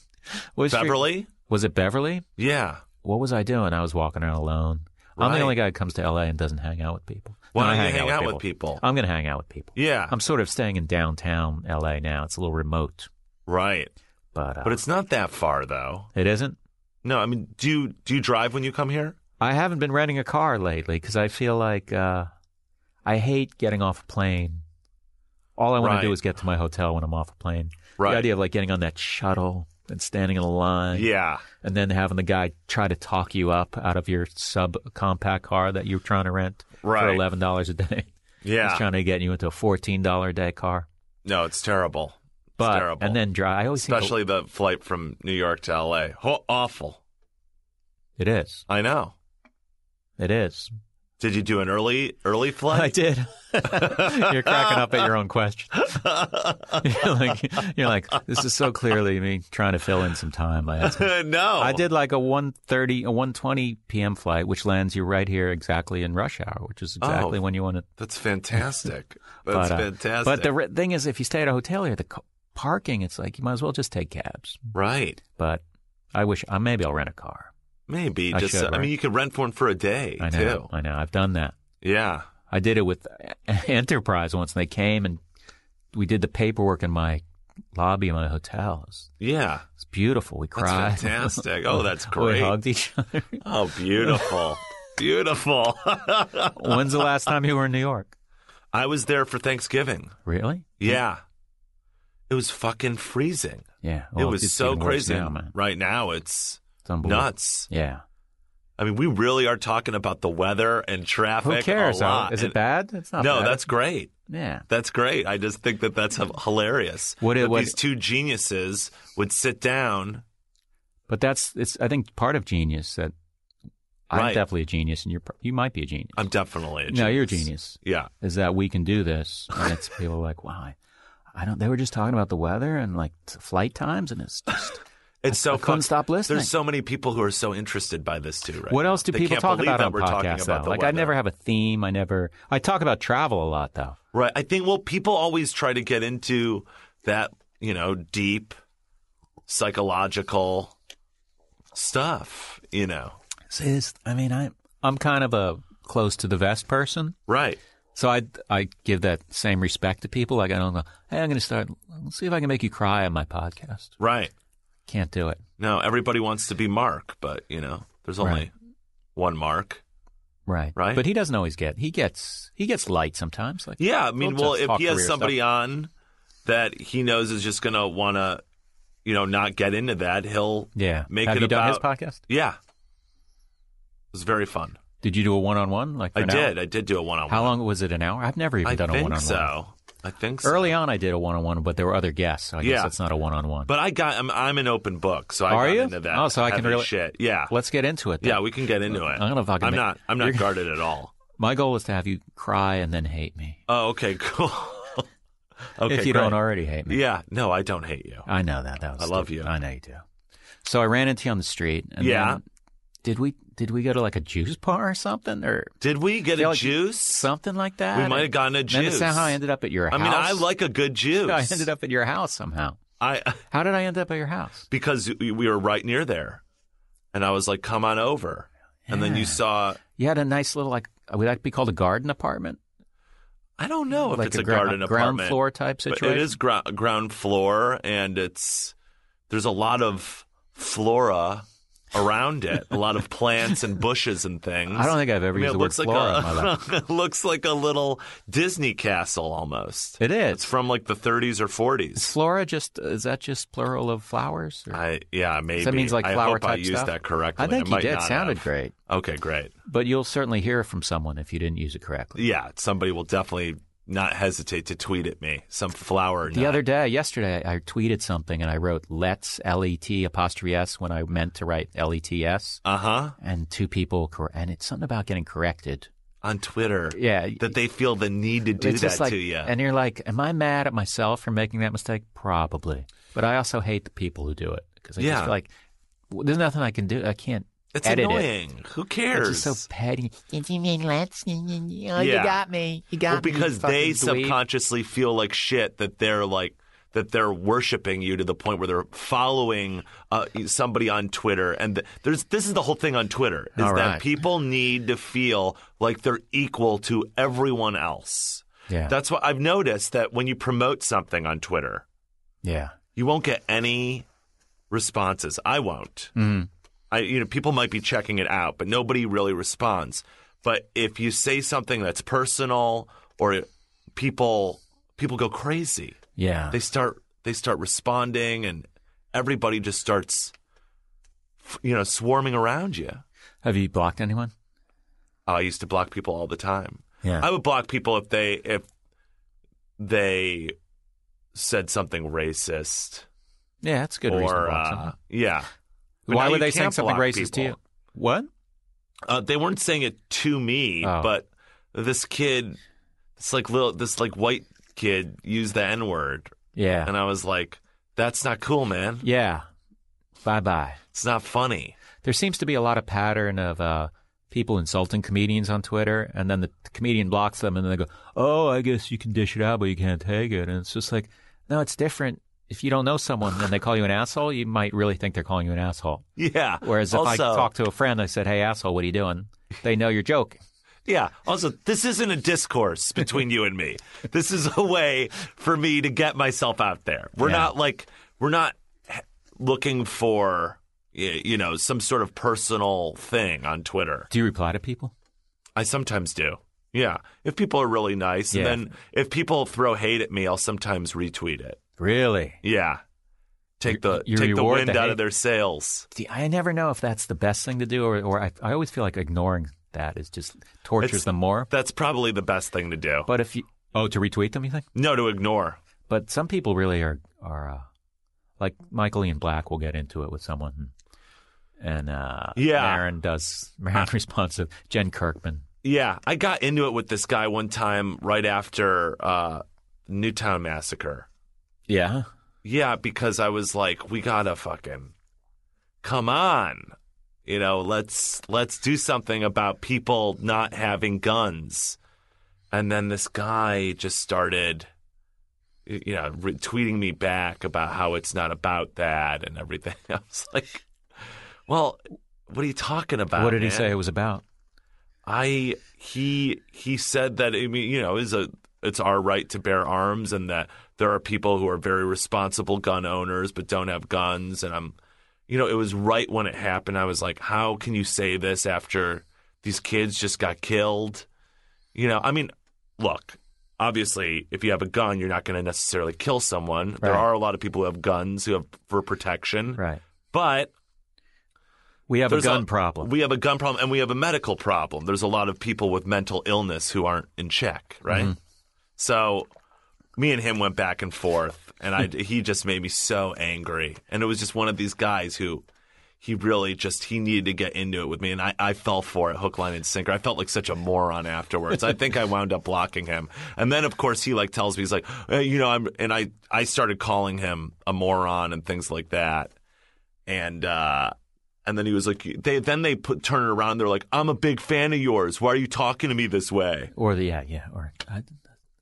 [SPEAKER 3] What street-
[SPEAKER 4] Beverly?
[SPEAKER 3] Was it Beverly?
[SPEAKER 4] Yeah.
[SPEAKER 3] What was I doing? I was walking around alone. I'm
[SPEAKER 4] Right.
[SPEAKER 3] the only guy who comes to L.A. and doesn't hang out with people.
[SPEAKER 4] Why
[SPEAKER 3] No, I
[SPEAKER 4] don't you hang out with people?
[SPEAKER 3] I'm going to hang out with people.
[SPEAKER 4] Yeah.
[SPEAKER 3] I'm sort of staying in downtown L.A. now. It's a little remote,
[SPEAKER 4] Right.
[SPEAKER 3] but uh,
[SPEAKER 4] But it's not that far though.
[SPEAKER 3] it isn't.
[SPEAKER 4] No, I mean, do you do you drive when you come here?
[SPEAKER 3] I haven't been renting a car lately because I feel like uh, I hate getting off a plane. All I want
[SPEAKER 4] Right.
[SPEAKER 3] to do is get to my hotel when I'm off a plane.
[SPEAKER 4] Right.
[SPEAKER 3] The idea of like getting on that shuttle and standing in a line,
[SPEAKER 4] Yeah.
[SPEAKER 3] and then having the guy try to talk you up out of your sub compact car that you're trying to rent for
[SPEAKER 4] Right.
[SPEAKER 3] eleven dollars a day. He's
[SPEAKER 4] Yeah.
[SPEAKER 3] trying to get you into a fourteen dollar a day car.
[SPEAKER 4] No, it's terrible.
[SPEAKER 3] But
[SPEAKER 4] it's terrible.
[SPEAKER 3] and then drive. I always
[SPEAKER 4] especially the flight from New York to LA. Ho- awful.
[SPEAKER 3] think it is.
[SPEAKER 4] I know.
[SPEAKER 3] It is.
[SPEAKER 4] Did you do an early early flight?
[SPEAKER 3] I did. you're cracking up at your own question. you're like, you're like, this is so clearly me trying to fill in some time by asking.
[SPEAKER 4] no.
[SPEAKER 3] I did like a 1.30, a 1.20 p.m. flight, which lands you right here exactly in rush hour, which is exactly
[SPEAKER 4] Oh.
[SPEAKER 3] when you want to.
[SPEAKER 4] That's fantastic. That's
[SPEAKER 3] but, uh,
[SPEAKER 4] fantastic.
[SPEAKER 3] But the re- thing is, if you stay at a hotel here, the co- parking, it's like you might as well just take cabs.
[SPEAKER 4] right.
[SPEAKER 3] But I wish, uh, maybe I'll rent a car.
[SPEAKER 4] Maybe
[SPEAKER 3] I
[SPEAKER 4] just
[SPEAKER 3] should,
[SPEAKER 4] I
[SPEAKER 3] right?
[SPEAKER 4] mean you could rent for one for a day
[SPEAKER 3] I know.
[SPEAKER 4] too.
[SPEAKER 3] I know. I've done that.
[SPEAKER 4] Yeah.
[SPEAKER 3] I did it with Enterprise once, and they came and we did the paperwork in my lobby of my hotel. It was,
[SPEAKER 4] Yeah.
[SPEAKER 3] it was beautiful. We cried.
[SPEAKER 4] fantastic. Oh, that's
[SPEAKER 3] We
[SPEAKER 4] great.
[SPEAKER 3] hugged each other.
[SPEAKER 4] Oh, beautiful. beautiful.
[SPEAKER 3] When's the last time you were in New York?
[SPEAKER 4] I was there for Thanksgiving.
[SPEAKER 3] Really?
[SPEAKER 4] Yeah. It was fucking freezing.
[SPEAKER 3] Yeah.
[SPEAKER 4] it
[SPEAKER 3] Well,
[SPEAKER 4] was
[SPEAKER 3] it's
[SPEAKER 4] so
[SPEAKER 3] even worse
[SPEAKER 4] crazy.
[SPEAKER 3] now, man.
[SPEAKER 4] Right now, it's
[SPEAKER 3] It's unbelievable.
[SPEAKER 4] nuts.
[SPEAKER 3] Yeah.
[SPEAKER 4] I mean, we really are talking about the weather and traffic.
[SPEAKER 3] Who cares?
[SPEAKER 4] A
[SPEAKER 3] though?
[SPEAKER 4] lot.
[SPEAKER 3] Is it
[SPEAKER 4] And-
[SPEAKER 3] bad? It's not
[SPEAKER 4] no,
[SPEAKER 3] bad.
[SPEAKER 4] that's great.
[SPEAKER 3] Yeah.
[SPEAKER 4] That's great. I just think that that's h- hilarious.
[SPEAKER 3] What it-
[SPEAKER 4] that
[SPEAKER 3] what-
[SPEAKER 4] these two geniuses would sit down.
[SPEAKER 3] But that's, it's, I think, part of genius that I'm
[SPEAKER 4] Right.
[SPEAKER 3] definitely a genius, and you're, pro- you might be a genius.
[SPEAKER 4] I'm definitely a genius.
[SPEAKER 3] No, you're a genius.
[SPEAKER 4] Yeah.
[SPEAKER 3] is that we can do this. And it's people are like, wow, I, I don't, they were just talking about the weather and like t- flight times. And it's just,
[SPEAKER 4] It's so
[SPEAKER 3] I couldn't
[SPEAKER 4] fun.
[SPEAKER 3] stop listening.
[SPEAKER 4] There's so many people who are so interested by this too, right?
[SPEAKER 3] what
[SPEAKER 4] now.
[SPEAKER 3] else do
[SPEAKER 4] They
[SPEAKER 3] people
[SPEAKER 4] can't
[SPEAKER 3] talk
[SPEAKER 4] believe
[SPEAKER 3] about
[SPEAKER 4] that
[SPEAKER 3] on
[SPEAKER 4] we're talking
[SPEAKER 3] podcasts?
[SPEAKER 4] about
[SPEAKER 3] though?
[SPEAKER 4] the
[SPEAKER 3] Like, I
[SPEAKER 4] weather.
[SPEAKER 3] never have a theme. I never, I talk about travel a lot though.
[SPEAKER 4] Right. I think well, people always try to get into that, you know, deep psychological stuff, you know.
[SPEAKER 3] So it's- I mean, I, I'm kind of a close to the vest person.
[SPEAKER 4] Right.
[SPEAKER 3] So I, I give that same respect to people. Like, I don't know. Hey, I'm going to start, let's see if I can make you cry on my podcast.
[SPEAKER 4] Right.
[SPEAKER 3] Can't do it.
[SPEAKER 4] No, everybody wants to be Mark, but you know, there's only
[SPEAKER 3] Right.
[SPEAKER 4] one Mark.
[SPEAKER 3] Right.
[SPEAKER 4] Right.
[SPEAKER 3] But he doesn't always get, he gets, he gets light sometimes. Like,
[SPEAKER 4] Yeah, I mean,
[SPEAKER 3] We'll
[SPEAKER 4] well,
[SPEAKER 3] just
[SPEAKER 4] if
[SPEAKER 3] talk
[SPEAKER 4] he has
[SPEAKER 3] career
[SPEAKER 4] somebody
[SPEAKER 3] stuff.
[SPEAKER 4] on that he knows is just going to want to, you know, not get into that, he'll
[SPEAKER 3] yeah.
[SPEAKER 4] make
[SPEAKER 3] have
[SPEAKER 4] it
[SPEAKER 3] you
[SPEAKER 4] about
[SPEAKER 3] done his podcast?
[SPEAKER 4] Yeah. It was very fun.
[SPEAKER 3] Did you do a one on one? Like for
[SPEAKER 4] I
[SPEAKER 3] an
[SPEAKER 4] did.
[SPEAKER 3] hour?
[SPEAKER 4] I did do a one-on-one.
[SPEAKER 3] How long was it? An hour? I've never even
[SPEAKER 4] I
[SPEAKER 3] done a
[SPEAKER 4] think
[SPEAKER 3] one on one.
[SPEAKER 4] so. I think so.
[SPEAKER 3] Early on, I did a one on one, but there were other guests. So I
[SPEAKER 4] Yeah.
[SPEAKER 3] guess that's not a one on one.
[SPEAKER 4] But I got I'm, I'm an open book, so I
[SPEAKER 3] Are
[SPEAKER 4] got
[SPEAKER 3] you?
[SPEAKER 4] into that.
[SPEAKER 3] Oh, so I can
[SPEAKER 4] heavy
[SPEAKER 3] really-
[SPEAKER 4] shit. Yeah,
[SPEAKER 3] let's get into it. Then.
[SPEAKER 4] yeah, we can get into it.
[SPEAKER 3] I'm gonna fucking
[SPEAKER 4] I'm
[SPEAKER 3] make-
[SPEAKER 4] not. I'm not
[SPEAKER 3] You're-
[SPEAKER 4] guarded at all.
[SPEAKER 3] My goal is to have you cry and then hate me
[SPEAKER 4] Oh, okay, cool. okay,
[SPEAKER 3] if you
[SPEAKER 4] great.
[SPEAKER 3] don't already hate me.
[SPEAKER 4] Yeah, no, I don't hate you.
[SPEAKER 3] I know that. That was
[SPEAKER 4] I love
[SPEAKER 3] stupid.
[SPEAKER 4] you.
[SPEAKER 3] I know you do. So I ran into you on the street. And
[SPEAKER 4] Yeah.
[SPEAKER 3] then- did we did we go to like a juice bar or something or
[SPEAKER 4] Did we get
[SPEAKER 3] feel
[SPEAKER 4] a
[SPEAKER 3] like
[SPEAKER 4] juice?
[SPEAKER 3] something like that?
[SPEAKER 4] We might have gotten a
[SPEAKER 3] And Then
[SPEAKER 4] juice.
[SPEAKER 3] it's how I ended up at your
[SPEAKER 4] I
[SPEAKER 3] house.
[SPEAKER 4] mean, I like a good juice.
[SPEAKER 3] I ended up at your house somehow.
[SPEAKER 4] I
[SPEAKER 3] How did I end up at your house?
[SPEAKER 4] because we we were right near there, and I was like, "Come on over." And then you
[SPEAKER 3] Yeah.
[SPEAKER 4] saw.
[SPEAKER 3] You had a nice little like would that be called a garden apartment?
[SPEAKER 4] I don't know Oh, if
[SPEAKER 3] like
[SPEAKER 4] it's
[SPEAKER 3] a,
[SPEAKER 4] a,
[SPEAKER 3] gra-
[SPEAKER 4] garden
[SPEAKER 3] ground
[SPEAKER 4] apartment.
[SPEAKER 3] floor type
[SPEAKER 4] But
[SPEAKER 3] situation.
[SPEAKER 4] It is gro- ground floor, and it's there's a lot of flora around it, a lot of plants and bushes and things.
[SPEAKER 3] I don't think I've ever
[SPEAKER 4] I mean,
[SPEAKER 3] used
[SPEAKER 4] it
[SPEAKER 3] the word flora
[SPEAKER 4] looks like
[SPEAKER 3] in my life.
[SPEAKER 4] a it looks like a little Disney castle almost.
[SPEAKER 3] It is.
[SPEAKER 4] It's from like the 30s or
[SPEAKER 3] Is
[SPEAKER 4] 40s.
[SPEAKER 3] flora just is that just plural of flowers? or-
[SPEAKER 4] I yeah maybe.
[SPEAKER 3] that means like
[SPEAKER 4] I
[SPEAKER 3] flower
[SPEAKER 4] hope I
[SPEAKER 3] type
[SPEAKER 4] used
[SPEAKER 3] stuff?
[SPEAKER 4] that correctly.
[SPEAKER 3] I think you
[SPEAKER 4] might
[SPEAKER 3] did.
[SPEAKER 4] not
[SPEAKER 3] Sounded
[SPEAKER 4] have.
[SPEAKER 3] great,
[SPEAKER 4] Okay, great.
[SPEAKER 3] but you'll certainly hear from someone if you didn't use it correctly.
[SPEAKER 4] Yeah, somebody will definitely not hesitate to tweet at me some flower.
[SPEAKER 3] The other day, yesterday, I tweeted something and I wrote "Let's L E T apostrophe S when I meant to write L E T S,
[SPEAKER 4] uh huh,
[SPEAKER 3] and two people cor- and it's something about getting corrected.
[SPEAKER 4] on Twitter.
[SPEAKER 3] Yeah,
[SPEAKER 4] that they feel the need to do
[SPEAKER 3] it's
[SPEAKER 4] that
[SPEAKER 3] just like,
[SPEAKER 4] to you.
[SPEAKER 3] and you're like, "Am I mad at myself for making that mistake? Probably, but I also hate the people who do it because I
[SPEAKER 4] Yeah.
[SPEAKER 3] just feel like well, there's nothing I can do. I can't
[SPEAKER 4] it's
[SPEAKER 3] edit it.
[SPEAKER 4] annoying. Who cares?
[SPEAKER 3] It's just so petty.
[SPEAKER 5] Did you mean let's? Oh,
[SPEAKER 4] Yeah.
[SPEAKER 5] You got me. You got
[SPEAKER 4] well, because
[SPEAKER 5] me.
[SPEAKER 4] they
[SPEAKER 3] fucking dweeb.
[SPEAKER 4] subconsciously feel like shit that they're like that they're worshiping you to the point where they're following uh, somebody on Twitter and th- there's this is the whole thing on Twitter is
[SPEAKER 3] All
[SPEAKER 4] that
[SPEAKER 3] right.
[SPEAKER 4] people need to feel like they're equal to everyone else.
[SPEAKER 3] Yeah,
[SPEAKER 4] That's what I've noticed that when you promote something on Twitter,
[SPEAKER 3] yeah.
[SPEAKER 4] you won't get any responses. I won't. I you know people might be checking it out, but nobody really responds. But if you say something that's personal or it- people people go crazy.
[SPEAKER 3] Yeah.
[SPEAKER 4] They start they start responding and everybody just starts f- you know swarming around you. Oh,
[SPEAKER 3] Have you blocked anyone?
[SPEAKER 4] I used to block people all the time.
[SPEAKER 3] Yeah.
[SPEAKER 4] I would block people if they if they said something racist
[SPEAKER 3] yeah, that's a good reason to
[SPEAKER 4] or
[SPEAKER 3] block
[SPEAKER 4] uh,
[SPEAKER 3] someone.
[SPEAKER 4] yeah. But
[SPEAKER 3] Why
[SPEAKER 4] now
[SPEAKER 3] were
[SPEAKER 4] you
[SPEAKER 3] they saying
[SPEAKER 4] can't
[SPEAKER 3] something
[SPEAKER 4] block
[SPEAKER 3] racist to
[SPEAKER 4] people.
[SPEAKER 3] you? What?
[SPEAKER 4] Uh, they weren't saying it to me,
[SPEAKER 3] Oh.
[SPEAKER 4] but this kid, this like little, this like white kid used the N word,
[SPEAKER 3] Yeah.
[SPEAKER 4] and I was like, "That's not cool, man.
[SPEAKER 3] yeah. Bye bye.
[SPEAKER 4] It's not funny."
[SPEAKER 3] There seems to be a lot of pattern of uh, people insulting comedians on Twitter, and then the comedian blocks them, and then they go, "Oh, I guess you can dish it out, but you can't take it." And it's just like, no, it's different. If you don't know someone and they call you an asshole, you might really think they're calling you an asshole.
[SPEAKER 4] Yeah.
[SPEAKER 3] Whereas if
[SPEAKER 4] also,
[SPEAKER 3] I talk to a friend, I said, "Hey, asshole, what are you doing?" They know your joke.
[SPEAKER 4] yeah. Also, this isn't a discourse between you and me. This is a way for me to get myself out there. We're
[SPEAKER 3] Yeah.
[SPEAKER 4] not like we're not h- looking for y- you know some sort of personal thing on Twitter.
[SPEAKER 3] Do you reply to people?
[SPEAKER 4] I sometimes do. Yeah. If people are really nice.
[SPEAKER 3] Yeah.
[SPEAKER 4] And then if people throw hate at me, I'll sometimes retweet it.
[SPEAKER 3] Really?
[SPEAKER 4] Yeah. Take the
[SPEAKER 3] You- you
[SPEAKER 4] take the
[SPEAKER 3] reward
[SPEAKER 4] wind
[SPEAKER 3] the
[SPEAKER 4] out
[SPEAKER 3] hate?
[SPEAKER 4] of their sails.
[SPEAKER 3] See, I never know if that's the best thing to do, or, or I, I always feel like ignoring that is just tortures
[SPEAKER 4] It's-
[SPEAKER 3] them more.
[SPEAKER 4] That's probably the best thing to do.
[SPEAKER 3] But if you oh to retweet them, you think?
[SPEAKER 4] no, to ignore.
[SPEAKER 3] But some people really are are uh, like Michael Ian Black will get into it with someone, and uh,
[SPEAKER 4] Yeah.
[SPEAKER 3] Marin does. Marin responsive. Jen Kirkman.
[SPEAKER 4] Yeah, I got into it with this guy one time right after uh, Newtown Massacre.
[SPEAKER 3] Yeah.
[SPEAKER 4] Yeah, because I was like, we gotta fucking come on, you know, let's let's do something about people not having guns. And then this guy just started, y- you know, re- tweeting me back about how it's not about that and everything. I was like, well, what are you talking about?
[SPEAKER 3] what did he
[SPEAKER 4] man?
[SPEAKER 3] say it was about?
[SPEAKER 4] I he he said that I mean you know is a it's our right to bear arms and that there are people who are very responsible gun owners but don't have guns and I'm you know it was right when it happened I was like how can you say this after these kids just got killed you know I mean look obviously if you have a gun you're not going to necessarily kill someone there
[SPEAKER 3] Right.
[SPEAKER 4] are a lot of people who have guns who have for protection
[SPEAKER 3] Right.
[SPEAKER 4] but
[SPEAKER 3] We have
[SPEAKER 4] there's
[SPEAKER 3] a gun problem.
[SPEAKER 4] We have a gun problem, and we have a medical problem. There's a lot of people with mental illness who aren't in check, right?
[SPEAKER 3] Mm-hmm.
[SPEAKER 4] So, me and him went back and forth, and I he just made me so angry. And it was just one of these guys who he really just he needed to get into it with me, and I, I fell for it, hook, line, and sinker. I felt like such a moron afterwards. I think I wound up blocking him, and then of course he like tells me he's like, "Eh, you know, I'm, and I I started calling him a moron and things like that, and. uh and then he was like, they then they put turn it around. They're like, I'm a big fan of yours. Why are you talking to me this way?
[SPEAKER 3] or the yeah yeah. Or I, I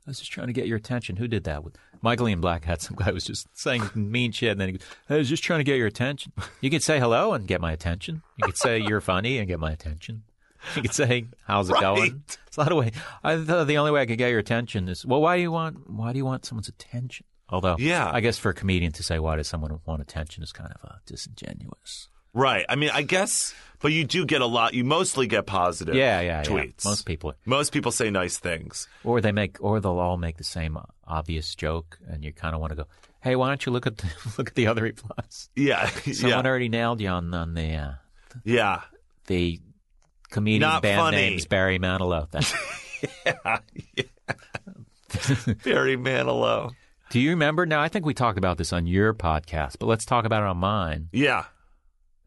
[SPEAKER 3] was just trying to get your attention. Who did that? With Michael Ian Black had some guy who was just saying mean shit, and then he goes, I was just trying to get your attention. You could say hello and get my attention. You could say you're funny and get my attention. You could say how's it going.
[SPEAKER 4] Right.
[SPEAKER 3] It's a lot of way. I thought the only way I could get your attention is well, why do you want why do you want someone's attention? Although
[SPEAKER 4] Yeah.
[SPEAKER 3] I guess for a comedian to say why does someone want attention is kind of uh, disingenuous.
[SPEAKER 4] Right. I mean, I guess, but you do get a lot. You mostly get positive.
[SPEAKER 3] Yeah, yeah, yeah.
[SPEAKER 4] tweets.
[SPEAKER 3] Most people.
[SPEAKER 4] Most people say nice things.
[SPEAKER 3] Or they make, or they'll all make the same obvious joke, and you kind of want to go, "Hey, why don't you look at the, look at the other replies?"
[SPEAKER 4] Yeah, yeah,
[SPEAKER 3] Someone already nailed you on on the uh,
[SPEAKER 4] yeah,
[SPEAKER 3] the comedian
[SPEAKER 4] Not
[SPEAKER 3] band
[SPEAKER 4] funny.
[SPEAKER 3] names Barry Manilow. That
[SPEAKER 4] Barry Manilow.
[SPEAKER 3] Do you remember? Now, I think we talked about this on your podcast, but let's talk about it on mine.
[SPEAKER 4] Yeah.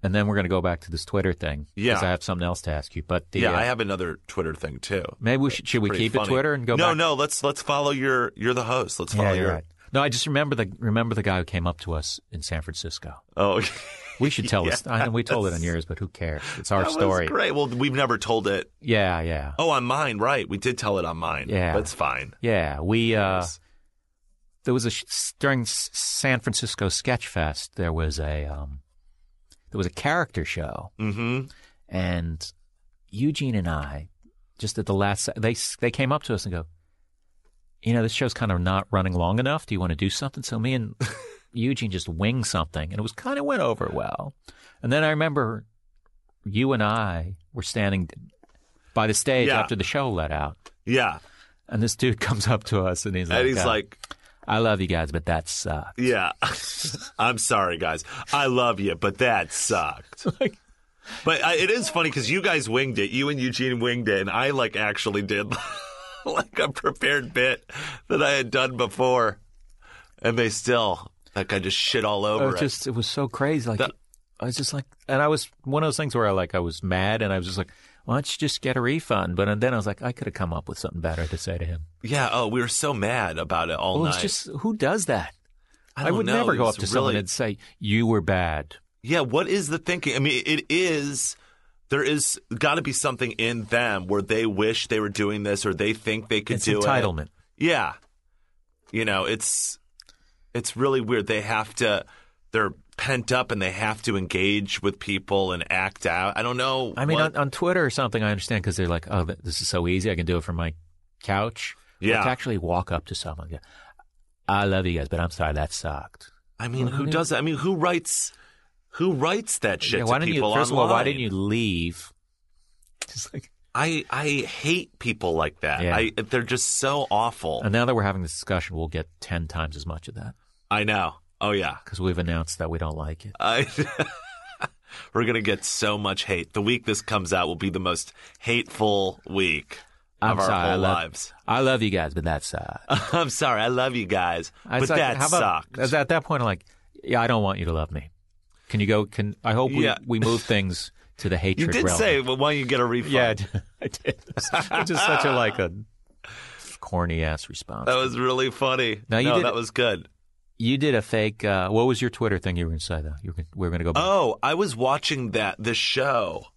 [SPEAKER 3] And then we're going to go back to this Twitter thing.
[SPEAKER 4] Yeah.
[SPEAKER 3] Because I have something else to ask you. But the,
[SPEAKER 4] Yeah,
[SPEAKER 3] uh,
[SPEAKER 4] I have another Twitter thing too.
[SPEAKER 3] Maybe we should, should we
[SPEAKER 4] Pretty
[SPEAKER 3] keep it
[SPEAKER 4] funny.
[SPEAKER 3] Twitter and go
[SPEAKER 4] no,
[SPEAKER 3] back?
[SPEAKER 4] No, Let's let's follow your. You're the host. Let's follow
[SPEAKER 3] Yeah, you're
[SPEAKER 4] your.
[SPEAKER 3] right. No, I just remember the remember the guy who came up to us in San Francisco.
[SPEAKER 4] Oh,
[SPEAKER 3] We should tell this. I know we told it on yours, but who cares? It's our
[SPEAKER 4] that
[SPEAKER 3] story.
[SPEAKER 4] Was great. Well, we've never told it.
[SPEAKER 3] Yeah, yeah,
[SPEAKER 4] Oh, on mine, right? We did tell it on mine.
[SPEAKER 3] Yeah.
[SPEAKER 4] that's fine.
[SPEAKER 3] yeah. We uh,
[SPEAKER 4] Yes.
[SPEAKER 3] there was a sh- during S- San Francisco Sketch Fest. There was a um, there was a character show,
[SPEAKER 4] Mm-hmm.
[SPEAKER 3] and Eugene and I, just at the last, se- they s- they came up to us and go, you know, this show's kind of not running long enough. Do you want to do something? So me and Eugene just winged something, and it was kind of went over well. And then I remember you and I were standing by the stage
[SPEAKER 4] Yeah.
[SPEAKER 3] after the show let out,
[SPEAKER 4] Yeah,
[SPEAKER 3] and this dude comes up to us and he's like,
[SPEAKER 4] and he's
[SPEAKER 3] uh,
[SPEAKER 4] like,
[SPEAKER 3] I love you guys, but uh, that sucked.
[SPEAKER 4] yeah. I'm sorry, guys. I love you, but that sucked.
[SPEAKER 3] Like-
[SPEAKER 4] but I, it is funny because you guys winged it. You and Eugene winged it, and I like actually did like a prepared bit that I had done before, and they still like I just shit all
[SPEAKER 3] It
[SPEAKER 4] over
[SPEAKER 3] was Oh, just, it was so crazy. Like,
[SPEAKER 4] That-
[SPEAKER 3] I was just like, and I was one of those things where I like, I was mad and I was just like, why don't you just get a refund? But uh, then I was like, I could have come up with something better to say to him.
[SPEAKER 4] it. Yeah. Oh, we were so mad about it all
[SPEAKER 3] well,
[SPEAKER 4] night.
[SPEAKER 3] it's just, who does that?
[SPEAKER 4] don't
[SPEAKER 3] would
[SPEAKER 4] know.
[SPEAKER 3] never
[SPEAKER 4] It
[SPEAKER 3] go up
[SPEAKER 4] was
[SPEAKER 3] to someone
[SPEAKER 4] really-
[SPEAKER 3] and say, you were bad.
[SPEAKER 4] Yeah, what is the thinking? I mean, it is. There is got to be something in them where they wish they were doing this or they think they could
[SPEAKER 3] It's
[SPEAKER 4] do
[SPEAKER 3] entitlement.
[SPEAKER 4] it. Yeah, you know, it's it's really weird. They have to. They're pent up and they have to engage with people and act out. I don't know.
[SPEAKER 3] I mean, uh,
[SPEAKER 4] what-
[SPEAKER 3] on, on Twitter or something, I understand because they're like, oh, th- this is so easy. I can do it from my couch. But
[SPEAKER 4] Yeah.
[SPEAKER 3] to actually walk up to someone, and go, I love you guys, but I'm sorry, that sucked.
[SPEAKER 4] I mean, who does that? I mean, who writes? Who writes that shit
[SPEAKER 3] uh, Yeah,
[SPEAKER 4] to
[SPEAKER 3] why didn't you, first
[SPEAKER 4] people
[SPEAKER 3] of all, why
[SPEAKER 4] online?
[SPEAKER 3] didn't you leave? Just like,
[SPEAKER 4] I I hate people like that.
[SPEAKER 3] Yeah.
[SPEAKER 4] I they're just so awful.
[SPEAKER 3] And now that we're having this discussion, we'll get 10 times as much of that
[SPEAKER 4] I know. Oh yeah.
[SPEAKER 3] because we've announced that we don't like it.
[SPEAKER 4] I, we're going to get so much hate. The week this comes out will be the most hateful week
[SPEAKER 3] I'm
[SPEAKER 4] of our
[SPEAKER 3] sorry,
[SPEAKER 4] whole
[SPEAKER 3] I love,
[SPEAKER 4] lives.
[SPEAKER 3] I love you guys, but that sucked.
[SPEAKER 4] I'm sorry. I love you guys.
[SPEAKER 3] I
[SPEAKER 4] but
[SPEAKER 3] was like,
[SPEAKER 4] that
[SPEAKER 3] how about-
[SPEAKER 4] sucked.
[SPEAKER 3] At, that point, I'm like, yeah, I don't want you to love me. Can you go? Can I hope
[SPEAKER 4] Yeah.
[SPEAKER 3] we, we move things to the hatred
[SPEAKER 4] you did
[SPEAKER 3] realm.
[SPEAKER 4] say, well, why don't you get a refund?
[SPEAKER 3] Yeah, I did. I did. It's just such a like a corny ass response.
[SPEAKER 4] That was really funny.
[SPEAKER 3] No, you did-
[SPEAKER 4] that was good.
[SPEAKER 3] you did a fake. Uh, what was your Twitter thing you were going to say though? You were, gonna- we were going to go. Back.
[SPEAKER 4] Oh, I was watching that, this show.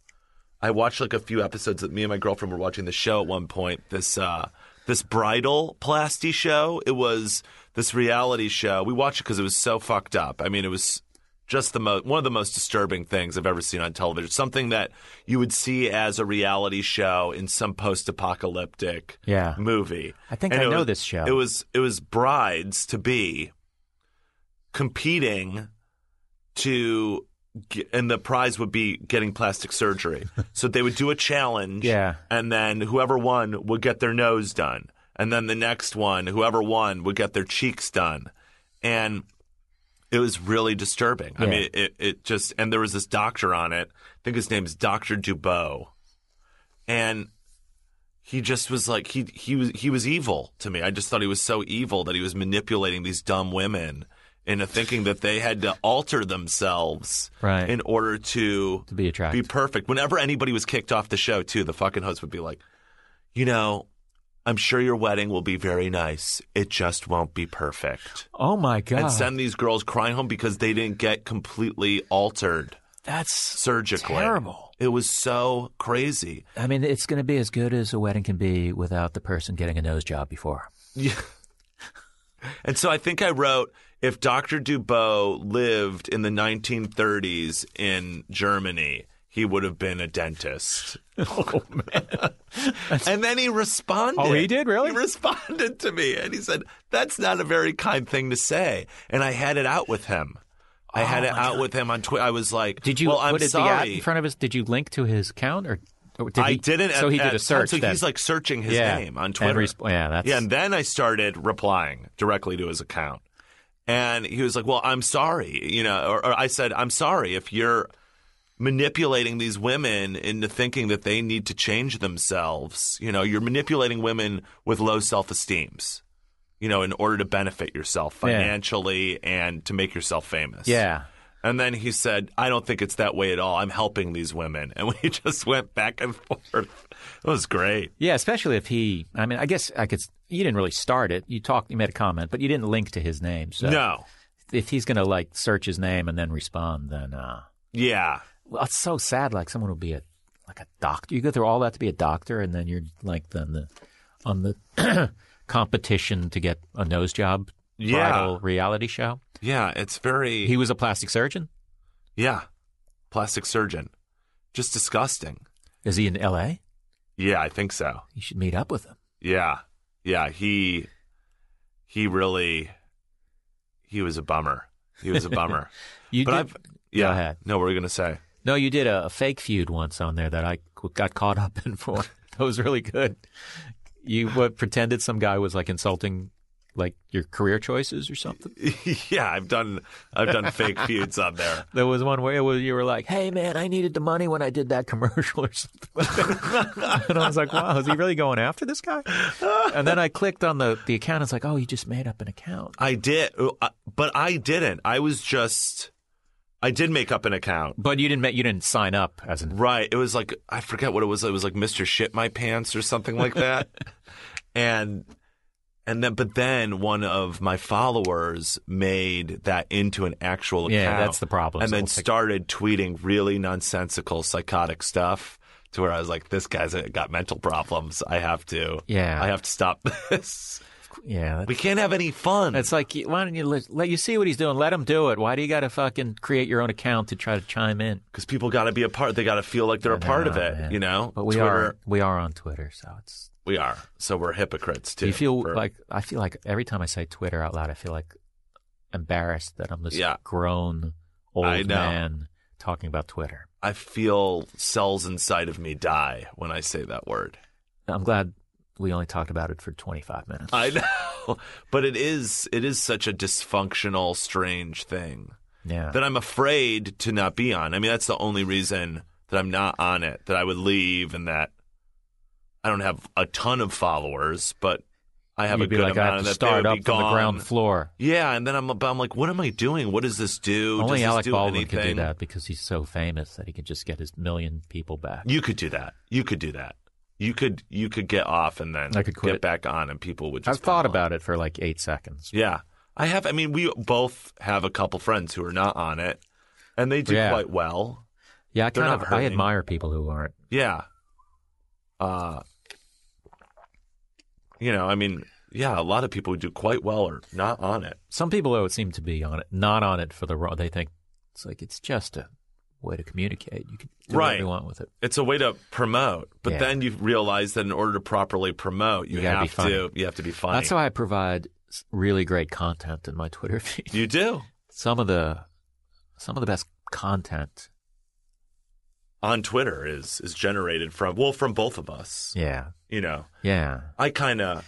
[SPEAKER 4] I watched like a few episodes that me and my girlfriend were watching the show at one point. This, uh, this bridal plasty show. It was this reality show. We watched it because it was so fucked up. I mean, it was just the most one of the most disturbing things I've ever seen on television. Something that you would see as a reality show in some post-apocalyptic
[SPEAKER 3] Yeah.
[SPEAKER 4] movie.
[SPEAKER 3] I think
[SPEAKER 4] And
[SPEAKER 3] I
[SPEAKER 4] it
[SPEAKER 3] know
[SPEAKER 4] was-
[SPEAKER 3] this show.
[SPEAKER 4] It was it was brides to be competing to g- and the prize would be getting plastic surgery. so they would do a challenge
[SPEAKER 3] Yeah.
[SPEAKER 4] and then whoever won would get their nose done. And then the next one, whoever won would get their cheeks done. And it was really disturbing. I
[SPEAKER 3] Yeah.
[SPEAKER 4] mean, it, it just, and there was this doctor on it. I think his name's Dr. Dubow. And he just was like, he, he was, he was evil to me. I just thought he was so evil that he was manipulating these dumb women into thinking that they had to alter themselves
[SPEAKER 3] Right.
[SPEAKER 4] in order to
[SPEAKER 3] To be attractive.
[SPEAKER 4] be perfect. Whenever anybody was kicked off the show, too, the fucking host would be like, you know, I'm sure your wedding will be very nice. It just won't be perfect
[SPEAKER 3] Oh my god!
[SPEAKER 4] and send these girls crying home because they didn't get completely altered
[SPEAKER 3] That's
[SPEAKER 4] surgically.
[SPEAKER 3] Terrible.
[SPEAKER 4] It was so crazy.
[SPEAKER 3] I mean, it's going to be as good as a wedding can be without the person getting a nose job before.
[SPEAKER 4] Yeah. and so I think I wrote if Dr. Dubow lived in the 1930s in Germany, he would have been a dentist. Oh man. and then he responded.
[SPEAKER 3] Oh, he did? Really?
[SPEAKER 4] He responded to me and he said, "That's not a very kind thing to say." And I had it out with him. I had it out with him on Twitter. I was like,
[SPEAKER 3] Oh, Did you
[SPEAKER 4] Well, I'm
[SPEAKER 3] put it the ad
[SPEAKER 4] sorry.
[SPEAKER 3] in front of us? Did you link to his account or? or did
[SPEAKER 4] I
[SPEAKER 3] he,
[SPEAKER 4] didn't.
[SPEAKER 3] So
[SPEAKER 4] at-
[SPEAKER 3] he did
[SPEAKER 4] at
[SPEAKER 3] a
[SPEAKER 4] the
[SPEAKER 3] search.
[SPEAKER 4] Time, so
[SPEAKER 3] then.
[SPEAKER 4] he's like searching his
[SPEAKER 3] Yeah.
[SPEAKER 4] name on
[SPEAKER 3] And
[SPEAKER 4] Twitter.
[SPEAKER 3] resp- yeah, that's-
[SPEAKER 4] yeah. And then I started replying directly to his account, and he was like, "Well, I'm sorry," you know, or, or I said, "I'm sorry if you're manipulating these women into thinking that they need to change themselves. You know, you're manipulating women with low self esteems." you know, in order to benefit yourself financially and to make yourself famous.
[SPEAKER 3] Yeah.
[SPEAKER 4] And then he said, I don't think it's that way at all. I'm helping these women. And we just went back and forth. It was great.
[SPEAKER 3] Yeah, especially if he. I mean, I guess I could. You didn't really start it. You talked. You made a comment, but you didn't link to his name. So
[SPEAKER 4] No.
[SPEAKER 3] if he's going to like search his name and then respond, then uh,
[SPEAKER 4] Yeah.
[SPEAKER 3] well, it's so sad. Like someone will be a like a doctor. You go through all that to be a doctor, and then you're like then the on the competition to get a nose job
[SPEAKER 4] Yeah.
[SPEAKER 3] bridal reality show.
[SPEAKER 4] Yeah. It's very.
[SPEAKER 3] He was a plastic surgeon.
[SPEAKER 4] yeah. Plastic surgeon. Just disgusting.
[SPEAKER 3] Is he in L.A.?
[SPEAKER 4] Yeah, I think so.
[SPEAKER 3] You should meet up with him.
[SPEAKER 4] Yeah. Yeah. He he really he was a bummer. He was a bummer.
[SPEAKER 3] You
[SPEAKER 4] but
[SPEAKER 3] did-
[SPEAKER 4] I've yeah.
[SPEAKER 3] Go ahead.
[SPEAKER 4] No, what were you gonna say?
[SPEAKER 3] No, you did a, a fake feud once on there that I qu- got caught up in for. that was really good. You what, pretended some guy was like insulting, like your career choices or something.
[SPEAKER 4] yeah, I've done I've done fake feuds on there.
[SPEAKER 3] There was one where it was- you were like, "Hey man, I needed the money when I did that commercial or something," like that. and I was like, "Wow, is he really going after this guy?" And then I clicked on the the account. It's like, "Oh, you just made up an account."
[SPEAKER 4] I did, oh, I- but I didn't. I was just I did make up an account.
[SPEAKER 3] But you didn't ma- you didn't sign up as an
[SPEAKER 4] Right. It was like I forget what it was. It was like Mr. Shit My Pants or something like that. and and then but then one of my followers made that into an actual account.
[SPEAKER 3] Yeah, that's the problem.
[SPEAKER 4] And
[SPEAKER 3] So
[SPEAKER 4] then
[SPEAKER 3] we'll take-
[SPEAKER 4] started tweeting really nonsensical psychotic stuff to where I was like this guy's got mental problems. I have to
[SPEAKER 3] Yeah.
[SPEAKER 4] I have to stop this.
[SPEAKER 3] yeah. That's,
[SPEAKER 4] We can't have any fun.
[SPEAKER 3] it's like, why don't you let, let you see what he's doing? Let him do it. Why do you got to fucking create your own account to try to chime in?
[SPEAKER 4] because people got to be a part. They got to feel like they're a part of
[SPEAKER 3] know,
[SPEAKER 4] it.
[SPEAKER 3] man.
[SPEAKER 4] You know,
[SPEAKER 3] But we
[SPEAKER 4] Twitter,
[SPEAKER 3] are we are on Twitter, so it's.
[SPEAKER 4] we are. So we're hypocrites
[SPEAKER 3] Do
[SPEAKER 4] too.
[SPEAKER 3] you feel
[SPEAKER 4] We're-
[SPEAKER 3] like I feel like every time I say Twitter out loud, I feel like embarrassed that I'm this
[SPEAKER 4] Yeah.
[SPEAKER 3] grown old
[SPEAKER 4] I know.
[SPEAKER 3] man talking about Twitter.
[SPEAKER 4] I feel cells inside of me die when I say that word.
[SPEAKER 3] I'm glad we only talked about it for 25 minutes.
[SPEAKER 4] I know, but it is it is such a dysfunctional, strange thing
[SPEAKER 3] yeah,
[SPEAKER 4] that I'm afraid to not be on. I mean, that's the only reason that I'm not on it. That I would leave, and that I don't have a ton of followers, but I have
[SPEAKER 3] You'd
[SPEAKER 4] a
[SPEAKER 3] be
[SPEAKER 4] good
[SPEAKER 3] like I
[SPEAKER 4] amount.
[SPEAKER 3] have
[SPEAKER 4] and
[SPEAKER 3] to
[SPEAKER 4] that they
[SPEAKER 3] start
[SPEAKER 4] would
[SPEAKER 3] up
[SPEAKER 4] be
[SPEAKER 3] from the
[SPEAKER 4] gone.
[SPEAKER 3] ground floor.
[SPEAKER 4] Yeah, and then I'm, ab- I'm like, what am I doing? What does this do?
[SPEAKER 3] only
[SPEAKER 4] does this
[SPEAKER 3] Alec
[SPEAKER 4] do
[SPEAKER 3] Baldwin
[SPEAKER 4] anything?
[SPEAKER 3] could do that because he's so famous that he could just get his million people back.
[SPEAKER 4] You could do that. You could do that. You could you could get off and then
[SPEAKER 3] I could
[SPEAKER 4] get
[SPEAKER 3] quit.
[SPEAKER 4] back on, and people would.
[SPEAKER 3] I've
[SPEAKER 4] just
[SPEAKER 3] thought
[SPEAKER 4] follow.
[SPEAKER 3] about it for like eight seconds.
[SPEAKER 4] Yeah, I have. I mean, we both have a couple friends who are not on it, and they do
[SPEAKER 3] Yeah.
[SPEAKER 4] quite well.
[SPEAKER 3] Yeah, I
[SPEAKER 4] They're
[SPEAKER 3] kind
[SPEAKER 4] not
[SPEAKER 3] of I
[SPEAKER 4] hurting.
[SPEAKER 3] admire people who aren't.
[SPEAKER 4] Yeah. Uh, you know, I mean, yeah, a lot of people who do quite well are not on it.
[SPEAKER 3] Some people, though, seem to be on it, not on it for the wrong. They think it's like it's just a way to communicate. You can do
[SPEAKER 4] Right.
[SPEAKER 3] whatever you want with it.
[SPEAKER 4] It's a way to promote, but
[SPEAKER 3] Yeah.
[SPEAKER 4] then you realize that in order to properly promote, you,
[SPEAKER 3] You gotta be
[SPEAKER 4] have to
[SPEAKER 3] funny.
[SPEAKER 4] you have to be funny.
[SPEAKER 3] That's how I provide s- really great content in my Twitter feed.
[SPEAKER 4] you do
[SPEAKER 3] some of the some of the best content.
[SPEAKER 4] on Twitter is is generated from well from both of us.
[SPEAKER 3] Yeah,
[SPEAKER 4] You know,
[SPEAKER 3] yeah.
[SPEAKER 4] I kind of,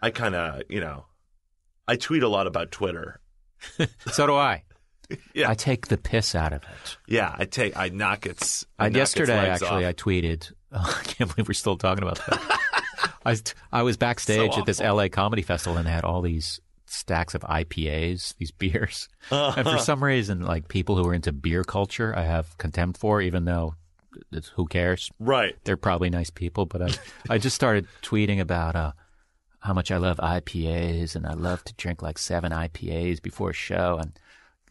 [SPEAKER 4] I kind of, you know, I tweet a lot about Twitter.
[SPEAKER 3] So do I.
[SPEAKER 4] Yeah.
[SPEAKER 3] I take the piss out of it.
[SPEAKER 4] Yeah, I take I knock its. I
[SPEAKER 3] I,
[SPEAKER 4] knock its
[SPEAKER 3] yesterday,
[SPEAKER 4] legs
[SPEAKER 3] actually, I
[SPEAKER 4] off.
[SPEAKER 3] tweeted. Oh, I can't believe we're still talking about that. I, was- I was backstage
[SPEAKER 4] So
[SPEAKER 3] at this
[SPEAKER 4] awful.
[SPEAKER 3] LA comedy festival and they had all these stacks of IPAs, these beers. And
[SPEAKER 4] Uh-huh.
[SPEAKER 3] for some reason, like people who are into beer culture, I have contempt for, even though it's, who cares?
[SPEAKER 4] right.
[SPEAKER 3] They're probably nice people, but I, I just started tweeting about uh, how much I love IPAs and I love to drink like seven IPAs before a show and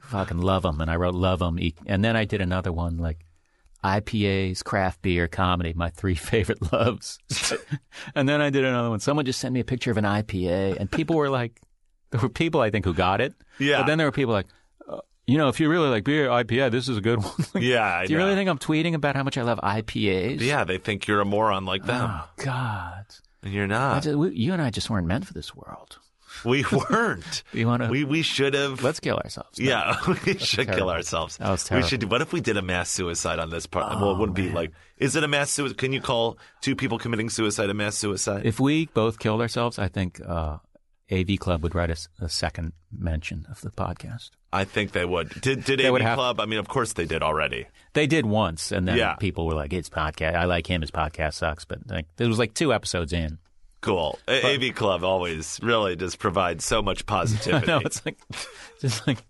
[SPEAKER 3] fucking love them. And I wrote love them. And then I did another one like IPAs, craft beer, comedy, my three favorite loves. and then I did another one. Someone just sent me a picture of an IPA, and people were like, there were people I think who got it.
[SPEAKER 4] Yeah.
[SPEAKER 3] But then there were people like, uh, you know, if you really like beer, IPA, this is a good one. Like,
[SPEAKER 4] Yeah, I
[SPEAKER 3] Do you really
[SPEAKER 4] know.
[SPEAKER 3] think I'm tweeting about how much I love IPAs?
[SPEAKER 4] Yeah, they think you're a moron like them,
[SPEAKER 3] Oh, God.
[SPEAKER 4] and you're
[SPEAKER 3] I
[SPEAKER 4] not.
[SPEAKER 3] just- we- you and I just weren't meant for this world.
[SPEAKER 4] we weren't.
[SPEAKER 3] You wanna-
[SPEAKER 4] We we should have.
[SPEAKER 3] Let's kill ourselves. No.
[SPEAKER 4] Yeah, we should kill
[SPEAKER 3] terrible.
[SPEAKER 4] ourselves.
[SPEAKER 3] That was Oh,
[SPEAKER 4] we should. What if we did a mass suicide on this part? well, it wouldn't be like. Is it a mass suicide? Can you call two people committing suicide a mass suicide?
[SPEAKER 3] If we both killed ourselves, I think uh, AV Club would write us a second mention of the podcast.
[SPEAKER 4] I think they would. Did did
[SPEAKER 3] They would
[SPEAKER 4] AV
[SPEAKER 3] have-
[SPEAKER 4] Club? I mean, of course they did already.
[SPEAKER 3] They did once, and then
[SPEAKER 4] Yeah.
[SPEAKER 3] people were like, "It's podcast. I like him. His podcast sucks." But like, it was like two episodes in.
[SPEAKER 4] cool. A- AV Club always really does provide so much positivity.
[SPEAKER 3] no, it's like just like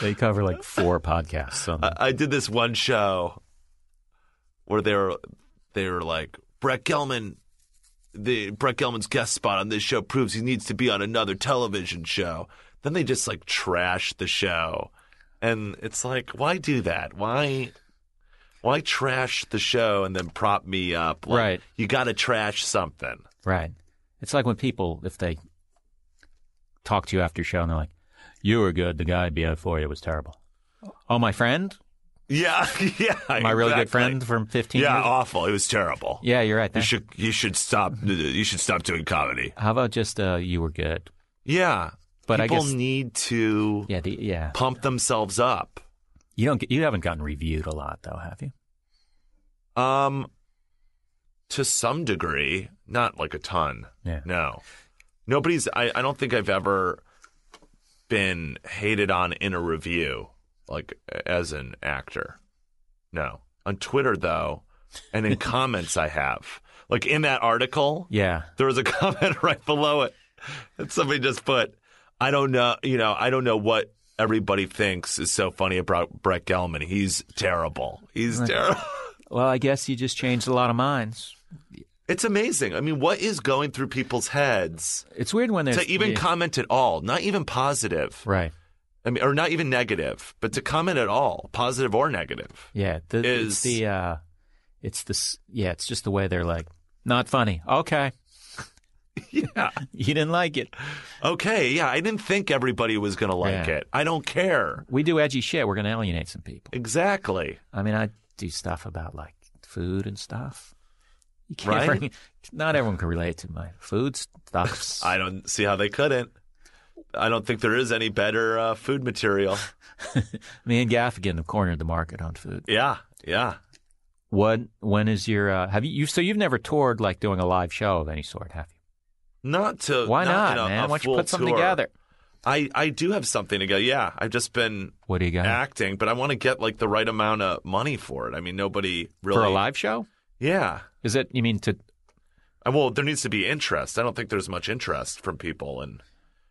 [SPEAKER 3] they cover like four podcasts on
[SPEAKER 4] I, I did this one show where they were they were like Brett Gelman. The Brett Gelman's guest spot on this show proves he needs to be on another television show. Then they just like trash the show, and it's like, why do that? Why? Why trash the show and then prop me up? Like,
[SPEAKER 3] Right.
[SPEAKER 4] You got to trash something.
[SPEAKER 3] Right. It's like when people, if they talk to you after your show and they're like, you were good. The guy before you was terrible. Oh, my friend?
[SPEAKER 4] Yeah. Yeah.
[SPEAKER 3] My really good
[SPEAKER 4] exactly.
[SPEAKER 3] friend from 15
[SPEAKER 4] Yeah.
[SPEAKER 3] years?
[SPEAKER 4] Awful. It was terrible.
[SPEAKER 3] yeah, you're right.
[SPEAKER 4] You
[SPEAKER 3] That-
[SPEAKER 4] should. You should stop. You should stop doing comedy.
[SPEAKER 3] How about just uh, you were good?
[SPEAKER 4] Yeah,
[SPEAKER 3] But I
[SPEAKER 4] people
[SPEAKER 3] guess-
[SPEAKER 4] need to
[SPEAKER 3] Yeah, the, yeah.
[SPEAKER 4] pump themselves up.
[SPEAKER 3] You don't. Get, you haven't gotten reviewed a lot though, have you?
[SPEAKER 4] Um, to some degree, not like a ton.
[SPEAKER 3] Yeah.
[SPEAKER 4] No, nobody's. I, I don't think I've ever been hated on in a review, like as an actor. No, on Twitter though, and in comments I have. Like in that article,
[SPEAKER 3] Yeah.
[SPEAKER 4] there was a comment right below it and somebody just put i don't know you know i don't know what everybody thinks is so funny about brett gelman he's terrible he's terrible
[SPEAKER 3] Well, I guess you just changed a lot of minds.
[SPEAKER 4] it's amazing i mean what is going through people's heads
[SPEAKER 3] It's weird when there's
[SPEAKER 4] to even
[SPEAKER 3] yeah.
[SPEAKER 4] comment at all not even positive
[SPEAKER 3] right.
[SPEAKER 4] i mean or not even negative but to comment at all positive or negative
[SPEAKER 3] Yeah. The,
[SPEAKER 4] Is-
[SPEAKER 3] it's the. Uh, it's this. Yeah. It's just the way they're like. Not funny. Okay.
[SPEAKER 4] yeah
[SPEAKER 3] You didn't like it.
[SPEAKER 4] okay yeah i didn't think everybody was going to like
[SPEAKER 3] Yeah.
[SPEAKER 4] it i don't care
[SPEAKER 3] We do edgy shit. We're gonna alienate some people.
[SPEAKER 4] exactly
[SPEAKER 3] I mean, I do stuff about like food and stuff. You can't
[SPEAKER 4] Right?
[SPEAKER 3] bring, not everyone can relate to my food stuffs.
[SPEAKER 4] I don't see how they couldn't. I don't think there is any better uh, food material.
[SPEAKER 3] Me and Gaffigan have cornered the market on food.
[SPEAKER 4] Yeah, yeah.
[SPEAKER 3] What? When is your? Uh, have you, you? So you've never toured like doing a live show of any sort, have you?
[SPEAKER 4] Not to
[SPEAKER 3] Why
[SPEAKER 4] Uh, not,
[SPEAKER 3] not,
[SPEAKER 4] in a-
[SPEAKER 3] man?
[SPEAKER 4] a
[SPEAKER 3] Why don't you
[SPEAKER 4] full
[SPEAKER 3] put something
[SPEAKER 4] tour.
[SPEAKER 3] together?
[SPEAKER 4] I I do have something to go. Yeah, I've just been
[SPEAKER 3] What do you got
[SPEAKER 4] acting, but I want to get like the right amount of money for it. I mean, nobody really.
[SPEAKER 3] for a live show?
[SPEAKER 4] Yeah.
[SPEAKER 3] Is it? You mean to?
[SPEAKER 4] Uh, Well, there needs to be interest. I don't think there's much interest from people in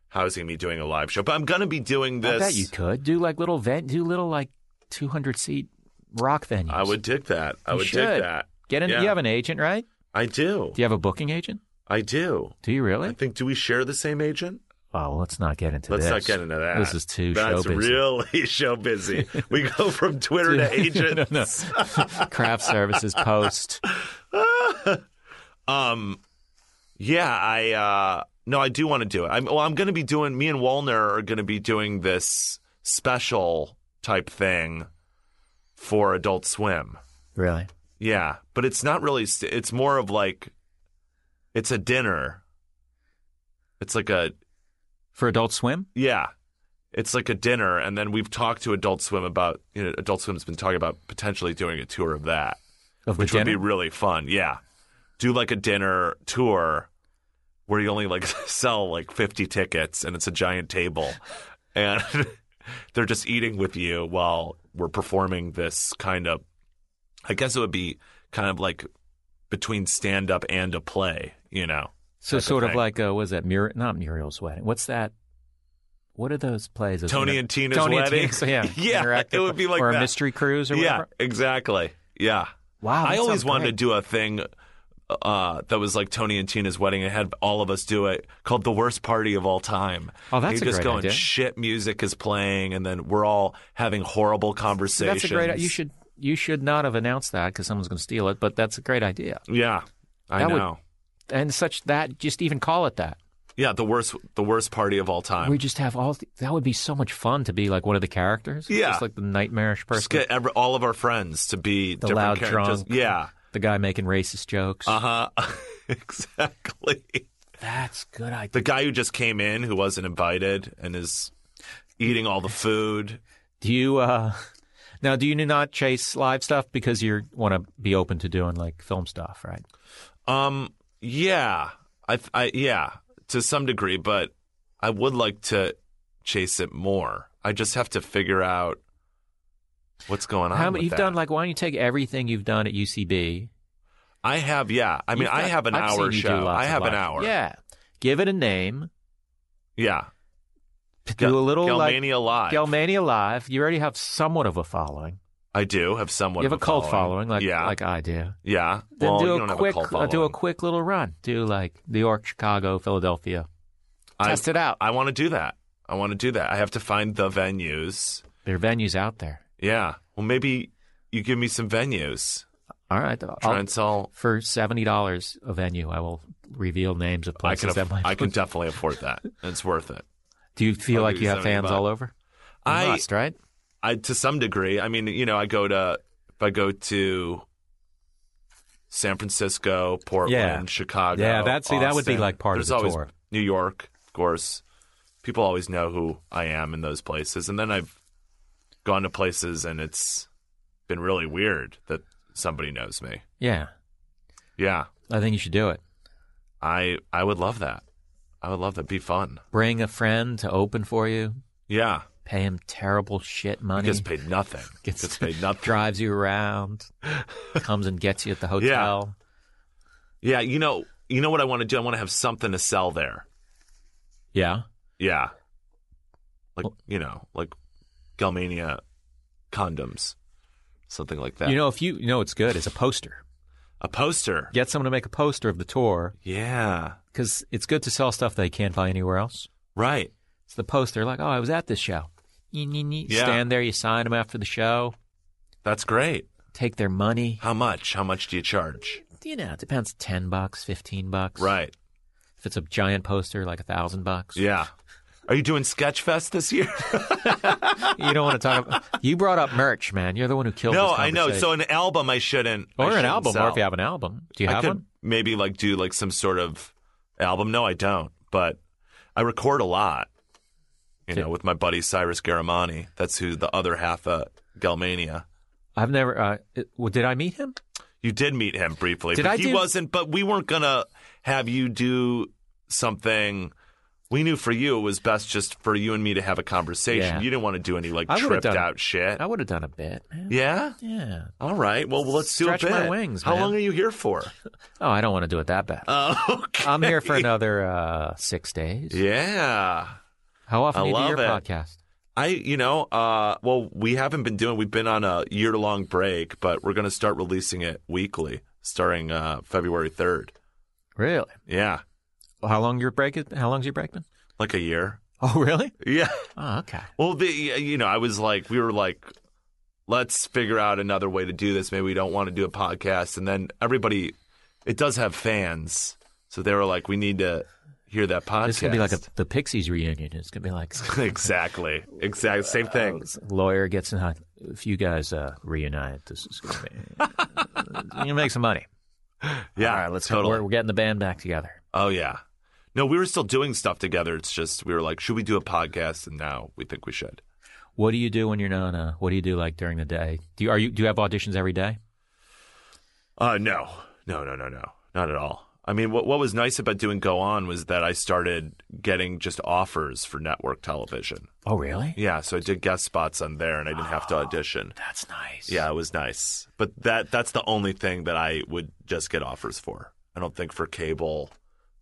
[SPEAKER 4] housing me doing a live show. But I'm gonna be doing
[SPEAKER 3] I
[SPEAKER 4] this.
[SPEAKER 3] bet you could do like little vent, do little like two hundred seat rock venues.
[SPEAKER 4] I would dig that. I
[SPEAKER 3] You
[SPEAKER 4] would
[SPEAKER 3] should.
[SPEAKER 4] dig that.
[SPEAKER 3] Get in.
[SPEAKER 4] Yeah.
[SPEAKER 3] You have an agent, right?
[SPEAKER 4] I do.
[SPEAKER 3] Do you have a booking agent?
[SPEAKER 4] I do.
[SPEAKER 3] Do you really?
[SPEAKER 4] I think. Do we share the same agent?
[SPEAKER 3] Oh, let's not get into
[SPEAKER 4] Let's
[SPEAKER 3] this.
[SPEAKER 4] not get into that.
[SPEAKER 3] This is too
[SPEAKER 4] That's
[SPEAKER 3] show business.
[SPEAKER 4] really show busy. We go from Twitter to agents.
[SPEAKER 3] no, no. Craft services post.
[SPEAKER 4] Um, yeah, I uh, no, I do want to do it. I'm, well, I'm going to be doing. Me and Wallner are going to be doing this special type thing for Adult Swim.
[SPEAKER 3] Really?
[SPEAKER 4] Yeah, but it's not really. st- It's more of like, it's a dinner. It's like a
[SPEAKER 3] For Adult Swim?
[SPEAKER 4] Yeah. It's like a dinner, and then we've talked to Adult Swim about. You know, Adult Swim's been talking about potentially doing a tour of that,
[SPEAKER 3] Of
[SPEAKER 4] which
[SPEAKER 3] the
[SPEAKER 4] would be
[SPEAKER 3] dinner?
[SPEAKER 4] really fun. Yeah, do like a dinner tour where you only like sell like fifty tickets, and it's a giant table, and they're just eating with you while we're performing this kind of. I guess it would be kind of like between stand up and a play. You know,
[SPEAKER 3] so
[SPEAKER 4] type of
[SPEAKER 3] sort of
[SPEAKER 4] thing.
[SPEAKER 3] like uh was that Mur- not Muriel's wedding? What's that? What are those plays? Those
[SPEAKER 4] Tony
[SPEAKER 3] inter-
[SPEAKER 4] and Tina's
[SPEAKER 3] Tony
[SPEAKER 4] wedding.
[SPEAKER 3] And Tina's, yeah,
[SPEAKER 4] Yeah,
[SPEAKER 3] interactive
[SPEAKER 4] it would be like
[SPEAKER 3] or
[SPEAKER 4] that.
[SPEAKER 3] a mystery cruise or
[SPEAKER 4] yeah,
[SPEAKER 3] whatever.
[SPEAKER 4] exactly. Yeah.
[SPEAKER 3] Wow,
[SPEAKER 4] I
[SPEAKER 3] Oh, that
[SPEAKER 4] always
[SPEAKER 3] sounds
[SPEAKER 4] wanted to
[SPEAKER 3] great.
[SPEAKER 4] do a thing uh, that was like Tony and Tina's wedding and had all of us do it called the worst party of all time.
[SPEAKER 3] Oh, that's
[SPEAKER 4] You're
[SPEAKER 3] a
[SPEAKER 4] just
[SPEAKER 3] great
[SPEAKER 4] going
[SPEAKER 3] idea.
[SPEAKER 4] shit music is playing and then we're all having horrible
[SPEAKER 3] So
[SPEAKER 4] conversations.
[SPEAKER 3] that's a great. You should you should not have announced that because someone's going to steal it. But that's a great idea.
[SPEAKER 4] Yeah. I
[SPEAKER 3] That would-
[SPEAKER 4] know.
[SPEAKER 3] And such that just even call it that.
[SPEAKER 4] Yeah, the worst the worst party of all time.
[SPEAKER 3] we just have all th- that would be so much fun to be like one of the characters.
[SPEAKER 4] Yeah.
[SPEAKER 3] just like the nightmarish person,
[SPEAKER 4] just get every, all of our friends to be
[SPEAKER 3] The
[SPEAKER 4] different
[SPEAKER 3] loud
[SPEAKER 4] characters.
[SPEAKER 3] drunk.
[SPEAKER 4] Yeah.
[SPEAKER 3] the guy making racist jokes.
[SPEAKER 4] Uh huh. exactly.
[SPEAKER 3] That's good idea.
[SPEAKER 4] The guy who just came in who wasn't invited and is eating all the food.
[SPEAKER 3] Do you uh now do you not chase live stuff because you want to be open to doing like film stuff, right?
[SPEAKER 4] Um. Yeah. I. th- I. Yeah. To some degree, but I would like to chase it more. I just have to figure out what's going on.
[SPEAKER 3] How many
[SPEAKER 4] with
[SPEAKER 3] you've
[SPEAKER 4] that.
[SPEAKER 3] done like why don't you take everything you've done at UCB
[SPEAKER 4] I have, yeah. I mean,
[SPEAKER 3] You've
[SPEAKER 4] I
[SPEAKER 3] got-
[SPEAKER 4] have an
[SPEAKER 3] I've
[SPEAKER 4] hour
[SPEAKER 3] seen you do
[SPEAKER 4] show.
[SPEAKER 3] lots
[SPEAKER 4] I
[SPEAKER 3] of
[SPEAKER 4] have an
[SPEAKER 3] live-
[SPEAKER 4] hour.
[SPEAKER 3] Yeah. Give it a name.
[SPEAKER 4] Yeah.
[SPEAKER 3] Do a little
[SPEAKER 4] Galmania
[SPEAKER 3] like
[SPEAKER 4] Live.
[SPEAKER 3] Galmania Live. You already have somewhat of a following.
[SPEAKER 4] I do have someone.
[SPEAKER 3] you have a cult following, like
[SPEAKER 4] yeah,
[SPEAKER 3] like I do.
[SPEAKER 4] yeah.
[SPEAKER 3] Then
[SPEAKER 4] well, you
[SPEAKER 3] do
[SPEAKER 4] don't
[SPEAKER 3] a
[SPEAKER 4] have
[SPEAKER 3] quick
[SPEAKER 4] a cult
[SPEAKER 3] uh,
[SPEAKER 4] following.
[SPEAKER 3] do a quick little run. Do like New York, Chicago, Philadelphia.
[SPEAKER 4] I-
[SPEAKER 3] Test it out.
[SPEAKER 4] I want to do that. I want to do that. I have to find the venues.
[SPEAKER 3] There are venues out there.
[SPEAKER 4] Yeah. Well, maybe you give me some venues.
[SPEAKER 3] All right. I'll-
[SPEAKER 4] Try and sell.
[SPEAKER 3] for seventy dollars a venue, I will reveal names of
[SPEAKER 4] I
[SPEAKER 3] places
[SPEAKER 4] can.
[SPEAKER 3] that
[SPEAKER 4] Aff-
[SPEAKER 3] might.
[SPEAKER 4] I can definitely afford that. It's worth it.
[SPEAKER 3] do you feel
[SPEAKER 4] I'll
[SPEAKER 3] like
[SPEAKER 4] give
[SPEAKER 3] you
[SPEAKER 4] you
[SPEAKER 3] have
[SPEAKER 4] 70
[SPEAKER 3] fans
[SPEAKER 4] bucks.
[SPEAKER 3] all over? You
[SPEAKER 4] I-
[SPEAKER 3] must, right?
[SPEAKER 4] I to some degree. I mean, you know, I go to if I go to San Francisco, Portland,
[SPEAKER 3] Yeah.
[SPEAKER 4] Chicago.
[SPEAKER 3] Yeah, that- see, that would be,
[SPEAKER 4] Austin.
[SPEAKER 3] like, part of
[SPEAKER 4] There's
[SPEAKER 3] the
[SPEAKER 4] always
[SPEAKER 3] tour.
[SPEAKER 4] New York, of course. People always know who I am in those places, and then I've gone to places, and it's been really weird that somebody knows me.
[SPEAKER 3] Yeah,
[SPEAKER 4] Yeah,
[SPEAKER 3] I think you should do it.
[SPEAKER 4] I I would love that. I would love that. Be fun.
[SPEAKER 3] Bring a friend to open for you.
[SPEAKER 4] Yeah,
[SPEAKER 3] Pay him terrible shit money.
[SPEAKER 4] gets paid nothing. Gets, paid nothing.
[SPEAKER 3] drives you around. comes and gets you at the hotel.
[SPEAKER 4] Yeah, you know, you know what I want to do. I want to have something to sell there.
[SPEAKER 3] Yeah.
[SPEAKER 4] Yeah. Like, you know, like Galmania condoms, something like that.
[SPEAKER 3] You know, if you, you know, it's good. It's a poster.
[SPEAKER 4] a poster.
[SPEAKER 3] Get someone to make a poster of the tour
[SPEAKER 4] Yeah.
[SPEAKER 3] because it's good to sell stuff they can't buy anywhere else.
[SPEAKER 4] Right.
[SPEAKER 3] It's the poster, like, oh, I was at this show.
[SPEAKER 4] Yeah.
[SPEAKER 3] Stand there, you sign them after the show,
[SPEAKER 4] That's great.
[SPEAKER 3] take their money.
[SPEAKER 4] How much? How much do you charge?
[SPEAKER 3] You know, it depends 10 bucks, 15 bucks.
[SPEAKER 4] Right.
[SPEAKER 3] If it's a giant poster, like a thousand bucks.
[SPEAKER 4] Yeah. Are you doing Sketchfest this year?
[SPEAKER 3] You don't want to talk about. You brought up merch, man. You're the one who killed
[SPEAKER 4] no,
[SPEAKER 3] this
[SPEAKER 4] I know. So
[SPEAKER 3] conversation.
[SPEAKER 4] an album I shouldn't. I
[SPEAKER 3] or an
[SPEAKER 4] shouldn't
[SPEAKER 3] album, or
[SPEAKER 4] sell.
[SPEAKER 3] if you have an album. Do you
[SPEAKER 4] I
[SPEAKER 3] have
[SPEAKER 4] could
[SPEAKER 3] one?
[SPEAKER 4] maybe like do like some sort of album. No, I don't. But I record a lot. You
[SPEAKER 3] Yeah.
[SPEAKER 4] know, with my buddy Cyrus Garamani. That's who the other half of Galmania.
[SPEAKER 3] I've never. Uh, it- well, did I meet him?
[SPEAKER 4] You did meet him briefly.
[SPEAKER 3] Did
[SPEAKER 4] but
[SPEAKER 3] I
[SPEAKER 4] he
[SPEAKER 3] do-
[SPEAKER 4] wasn't but we weren't gonna have you do something we knew for you it was best just for you and me to have a conversation.
[SPEAKER 3] Yeah.
[SPEAKER 4] You didn't want to do any like
[SPEAKER 3] I would've
[SPEAKER 4] tripped
[SPEAKER 3] done-
[SPEAKER 4] out shit.
[SPEAKER 3] I would have done a bit, man.
[SPEAKER 4] yeah?
[SPEAKER 3] Yeah.
[SPEAKER 4] All right. Well, let's do
[SPEAKER 3] Stretch
[SPEAKER 4] a bit.
[SPEAKER 3] my wings,
[SPEAKER 4] How
[SPEAKER 3] man.
[SPEAKER 4] long are you here for?
[SPEAKER 3] Oh, I don't want to do it that bad.
[SPEAKER 4] Oh, okay.
[SPEAKER 3] I'm here for another uh, six days.
[SPEAKER 4] Yeah.
[SPEAKER 3] How often
[SPEAKER 4] I
[SPEAKER 3] do you do your
[SPEAKER 4] love it.
[SPEAKER 3] podcast?
[SPEAKER 4] I, you know, uh, well, we haven't been doing. We've been on a year long break, but we're going to start releasing it weekly, starting uh, February third.
[SPEAKER 3] Really?
[SPEAKER 4] Yeah,
[SPEAKER 3] How long your break? Is, how long's your break been?
[SPEAKER 4] like a year.
[SPEAKER 3] Oh, really?
[SPEAKER 4] Yeah.
[SPEAKER 3] Oh, okay.
[SPEAKER 4] Well, the, you know, I was like, we were like, let's figure out another way to do this. Maybe we don't want to do a podcast, and then everybody, it does have fans, so they were like, we need to hear that podcast.
[SPEAKER 3] This is gonna be like a, the Pixies reunion. It's gonna be like
[SPEAKER 4] exactly, exact same thing.
[SPEAKER 3] lawyer gets in. hot- If you guys uh, reunite, this is gonna be. You're gonna make some money.
[SPEAKER 4] Yeah,
[SPEAKER 3] All right, let's
[SPEAKER 4] totally.
[SPEAKER 3] We're, we're getting the band back together.
[SPEAKER 4] Oh yeah. No, we were still doing stuff together. It's just we were like, should we do a podcast? And now we think we should.
[SPEAKER 3] What do you do when you're not? Uh, what do you do like during the day? Do you are you do you have auditions every day?
[SPEAKER 4] Uh no. No, no, no, no. Not at all. I mean, what what was nice about doing Go On was that I started getting just offers for network television.
[SPEAKER 3] Oh, really?
[SPEAKER 4] Yeah, so I did guest spots on there and I didn't have to audition.
[SPEAKER 3] That's nice.
[SPEAKER 4] Yeah, it was nice. But that that's the only thing that I would just get offers for. I don't think for cable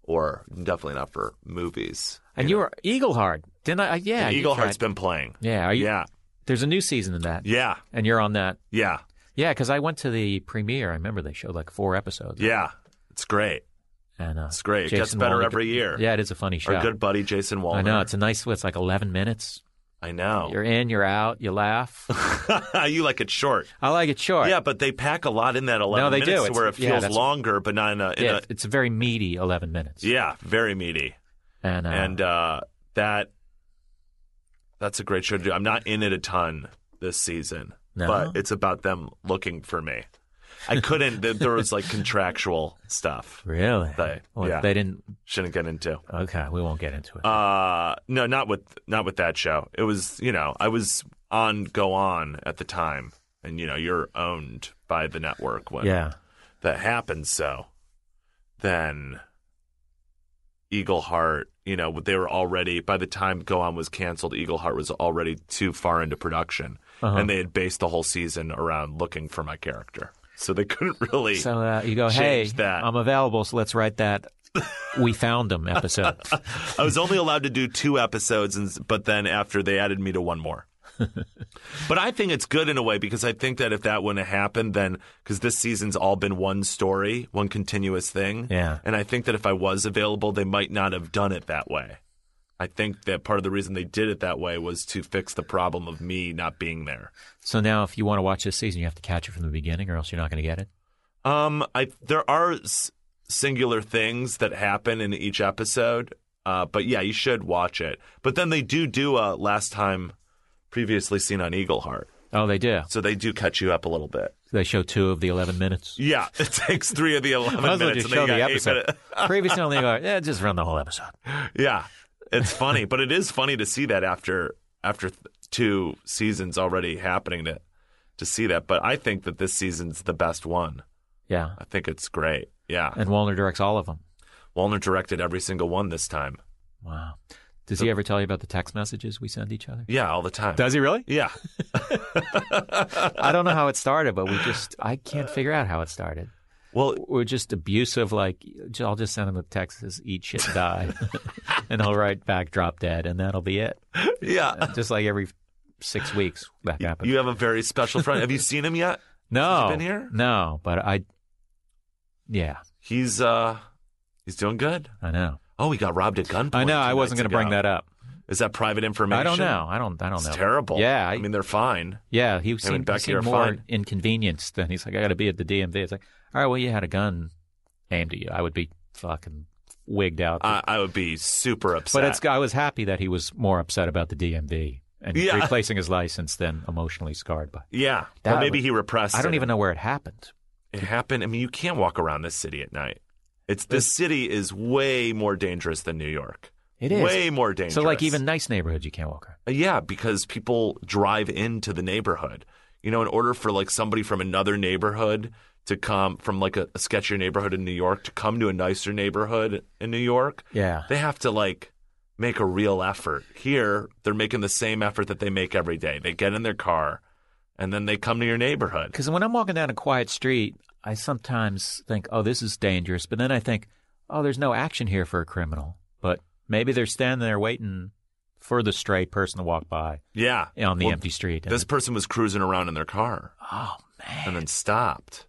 [SPEAKER 4] or definitely not for movies.
[SPEAKER 3] And you were Eagle Heart, didn't I? I- Yeah, you
[SPEAKER 4] Eagle Heart's
[SPEAKER 3] tried-
[SPEAKER 4] been playing.
[SPEAKER 3] Yeah, are you,
[SPEAKER 4] yeah.
[SPEAKER 3] There's a new season in that,
[SPEAKER 4] Yeah.
[SPEAKER 3] and you're on that.
[SPEAKER 4] Yeah.
[SPEAKER 3] Yeah, because I went to the premiere. I remember they showed like four episodes.
[SPEAKER 4] Yeah, it's great.
[SPEAKER 3] and uh,
[SPEAKER 4] It's great. It
[SPEAKER 3] Jason
[SPEAKER 4] gets better
[SPEAKER 3] Wallner-
[SPEAKER 4] every year.
[SPEAKER 3] Yeah, it is a funny show.
[SPEAKER 4] Our good buddy Jason Wallner.
[SPEAKER 3] I know it's a nice. It's like eleven minutes.
[SPEAKER 4] I know.
[SPEAKER 3] You're in, you're out, you laugh.
[SPEAKER 4] you like it short.
[SPEAKER 3] I like it short.
[SPEAKER 4] Yeah, but they pack a lot in that eleven
[SPEAKER 3] No, they do.
[SPEAKER 4] minutes to
[SPEAKER 3] It's-
[SPEAKER 4] where it
[SPEAKER 3] yeah,
[SPEAKER 4] feels
[SPEAKER 3] that's-
[SPEAKER 4] longer, but not in a, in
[SPEAKER 3] Yeah,
[SPEAKER 4] a
[SPEAKER 3] it's a very meaty eleven minutes.
[SPEAKER 4] uh, yeah, very meaty.
[SPEAKER 3] and uh,
[SPEAKER 4] And uh, that that's a great show to do. I'm not in it a ton this season,
[SPEAKER 3] No?
[SPEAKER 4] but it's about them looking for me. I couldn't. there- there was like contractual stuff.
[SPEAKER 3] really,
[SPEAKER 4] They-
[SPEAKER 3] Well,
[SPEAKER 4] yeah.
[SPEAKER 3] they didn't.
[SPEAKER 4] Shouldn't get into.
[SPEAKER 3] Okay, we won't get into it.
[SPEAKER 4] Uh no, not with not with that show. It was you know I was on Go On at the time, and you know you're owned by the network when
[SPEAKER 3] yeah,
[SPEAKER 4] that happens. So then Eagle Heart, you know they were already by the time Go On was canceled, Eagle Heart was already too far into production,
[SPEAKER 3] Uh-huh.
[SPEAKER 4] and they had based the whole season around looking for my character. so they couldn't really.
[SPEAKER 3] So uh, you go, hey,
[SPEAKER 4] Change that.
[SPEAKER 3] I'm available, so let's write that. We found him episode.
[SPEAKER 4] I was only allowed to do two episodes, and, but then after they added me to one more. but I think it's good in a way because I think that if that wouldn't have happened, then because this season's all been one story, one continuous thing.
[SPEAKER 3] Yeah.
[SPEAKER 4] And I think that if I was available, they might not have done it that way. I think that part of the reason they did it that way was to fix the problem of me not being there.
[SPEAKER 3] so now, if you want to watch this season, you have to catch it from the beginning, or else you're not going to get it.
[SPEAKER 4] Um, I there are s- singular things that happen in each episode, uh, but yeah, you should watch it. But then they do do a last time previously seen on Eagle Heart,
[SPEAKER 3] Oh, they do.
[SPEAKER 4] so they do cut you up a little bit.
[SPEAKER 3] They show two of the 11 minutes.
[SPEAKER 4] Yeah, it takes three of the eleven
[SPEAKER 3] Might as well
[SPEAKER 4] minutes.
[SPEAKER 3] just
[SPEAKER 4] and then
[SPEAKER 3] show
[SPEAKER 4] you
[SPEAKER 3] the
[SPEAKER 4] got eight
[SPEAKER 3] episode.
[SPEAKER 4] minutes.
[SPEAKER 3] Previously on the Eagle Eye, yeah, just run the whole episode.
[SPEAKER 4] Yeah, it's funny, but it is funny to see that after after th- two seasons already happening to to see that. But I think that this season's the best one.
[SPEAKER 3] Yeah.
[SPEAKER 4] I think it's great. Yeah,
[SPEAKER 3] And Walner directs all of them.
[SPEAKER 4] Walner directed every single one this time.
[SPEAKER 3] Wow. Does he ever tell you about the text messages we send each other?
[SPEAKER 4] Yeah, all the time.
[SPEAKER 3] Does he really?
[SPEAKER 4] Yeah.
[SPEAKER 3] I don't know how it started, but we just, I can't figure out how it started.
[SPEAKER 4] Well,
[SPEAKER 3] We're just abusive, like, j- I'll just send him a text that says, eat shit, die. and he'll write back, drop dead, and that'll be it.
[SPEAKER 4] yeah.
[SPEAKER 3] Just like every six weeks that happens.
[SPEAKER 4] You have a very special friend. Have you seen him yet?
[SPEAKER 3] no.
[SPEAKER 4] been here?
[SPEAKER 3] No, but I, yeah,
[SPEAKER 4] He's uh he's doing good.
[SPEAKER 3] I know.
[SPEAKER 4] Oh, he got robbed at gunpoint.
[SPEAKER 3] I know, I wasn't going to bring that up.
[SPEAKER 4] Is that private information?
[SPEAKER 3] I don't know. I don't. I don't
[SPEAKER 4] It's
[SPEAKER 3] know.
[SPEAKER 4] terrible.
[SPEAKER 3] Yeah. I,
[SPEAKER 4] I, mean, they're fine.
[SPEAKER 3] yeah. He
[SPEAKER 4] and
[SPEAKER 3] seemed, he
[SPEAKER 4] Becky
[SPEAKER 3] seemed
[SPEAKER 4] are
[SPEAKER 3] more
[SPEAKER 4] fine.
[SPEAKER 3] inconvenienced than he's like. I got to be at the DMV. It's like, all right. Well, you had a gun aimed at you. I would be fucking wigged out.
[SPEAKER 4] I, I would be super Uh, upset.
[SPEAKER 3] but it's. I was happy that he was more upset about the DMV and
[SPEAKER 4] Yeah.
[SPEAKER 3] replacing his license than emotionally scarred by.
[SPEAKER 4] yeah.
[SPEAKER 3] That
[SPEAKER 4] Or maybe
[SPEAKER 3] would-
[SPEAKER 4] he repressed.
[SPEAKER 3] I don't
[SPEAKER 4] it.
[SPEAKER 3] even know where it happened.
[SPEAKER 4] It happened. I mean, you can't walk around this city at night. It's this city is way more dangerous than New York.
[SPEAKER 3] It is
[SPEAKER 4] way more dangerous.
[SPEAKER 3] So like even nice neighborhoods, you can't walk around.
[SPEAKER 4] Yeah, because people drive into the neighborhood. You know, in order for like somebody from another neighborhood to come from like a, a sketchier neighborhood in New York to come to a nicer neighborhood in New York,
[SPEAKER 3] Yeah.
[SPEAKER 4] they have to like make a real effort. Here, they're making the same effort that they make every day. They get in their car and then they come to your neighborhood.
[SPEAKER 3] Because when I'm walking down a quiet street, I sometimes think, oh, this is dangerous. But then I think, oh, there's no action here for a criminal. But maybe they're standing there waiting for the stray person to walk by
[SPEAKER 4] Yeah.
[SPEAKER 3] on the
[SPEAKER 4] Well,
[SPEAKER 3] empty street. And-
[SPEAKER 4] This person was cruising around in their car.
[SPEAKER 3] oh, man.
[SPEAKER 4] and then stopped.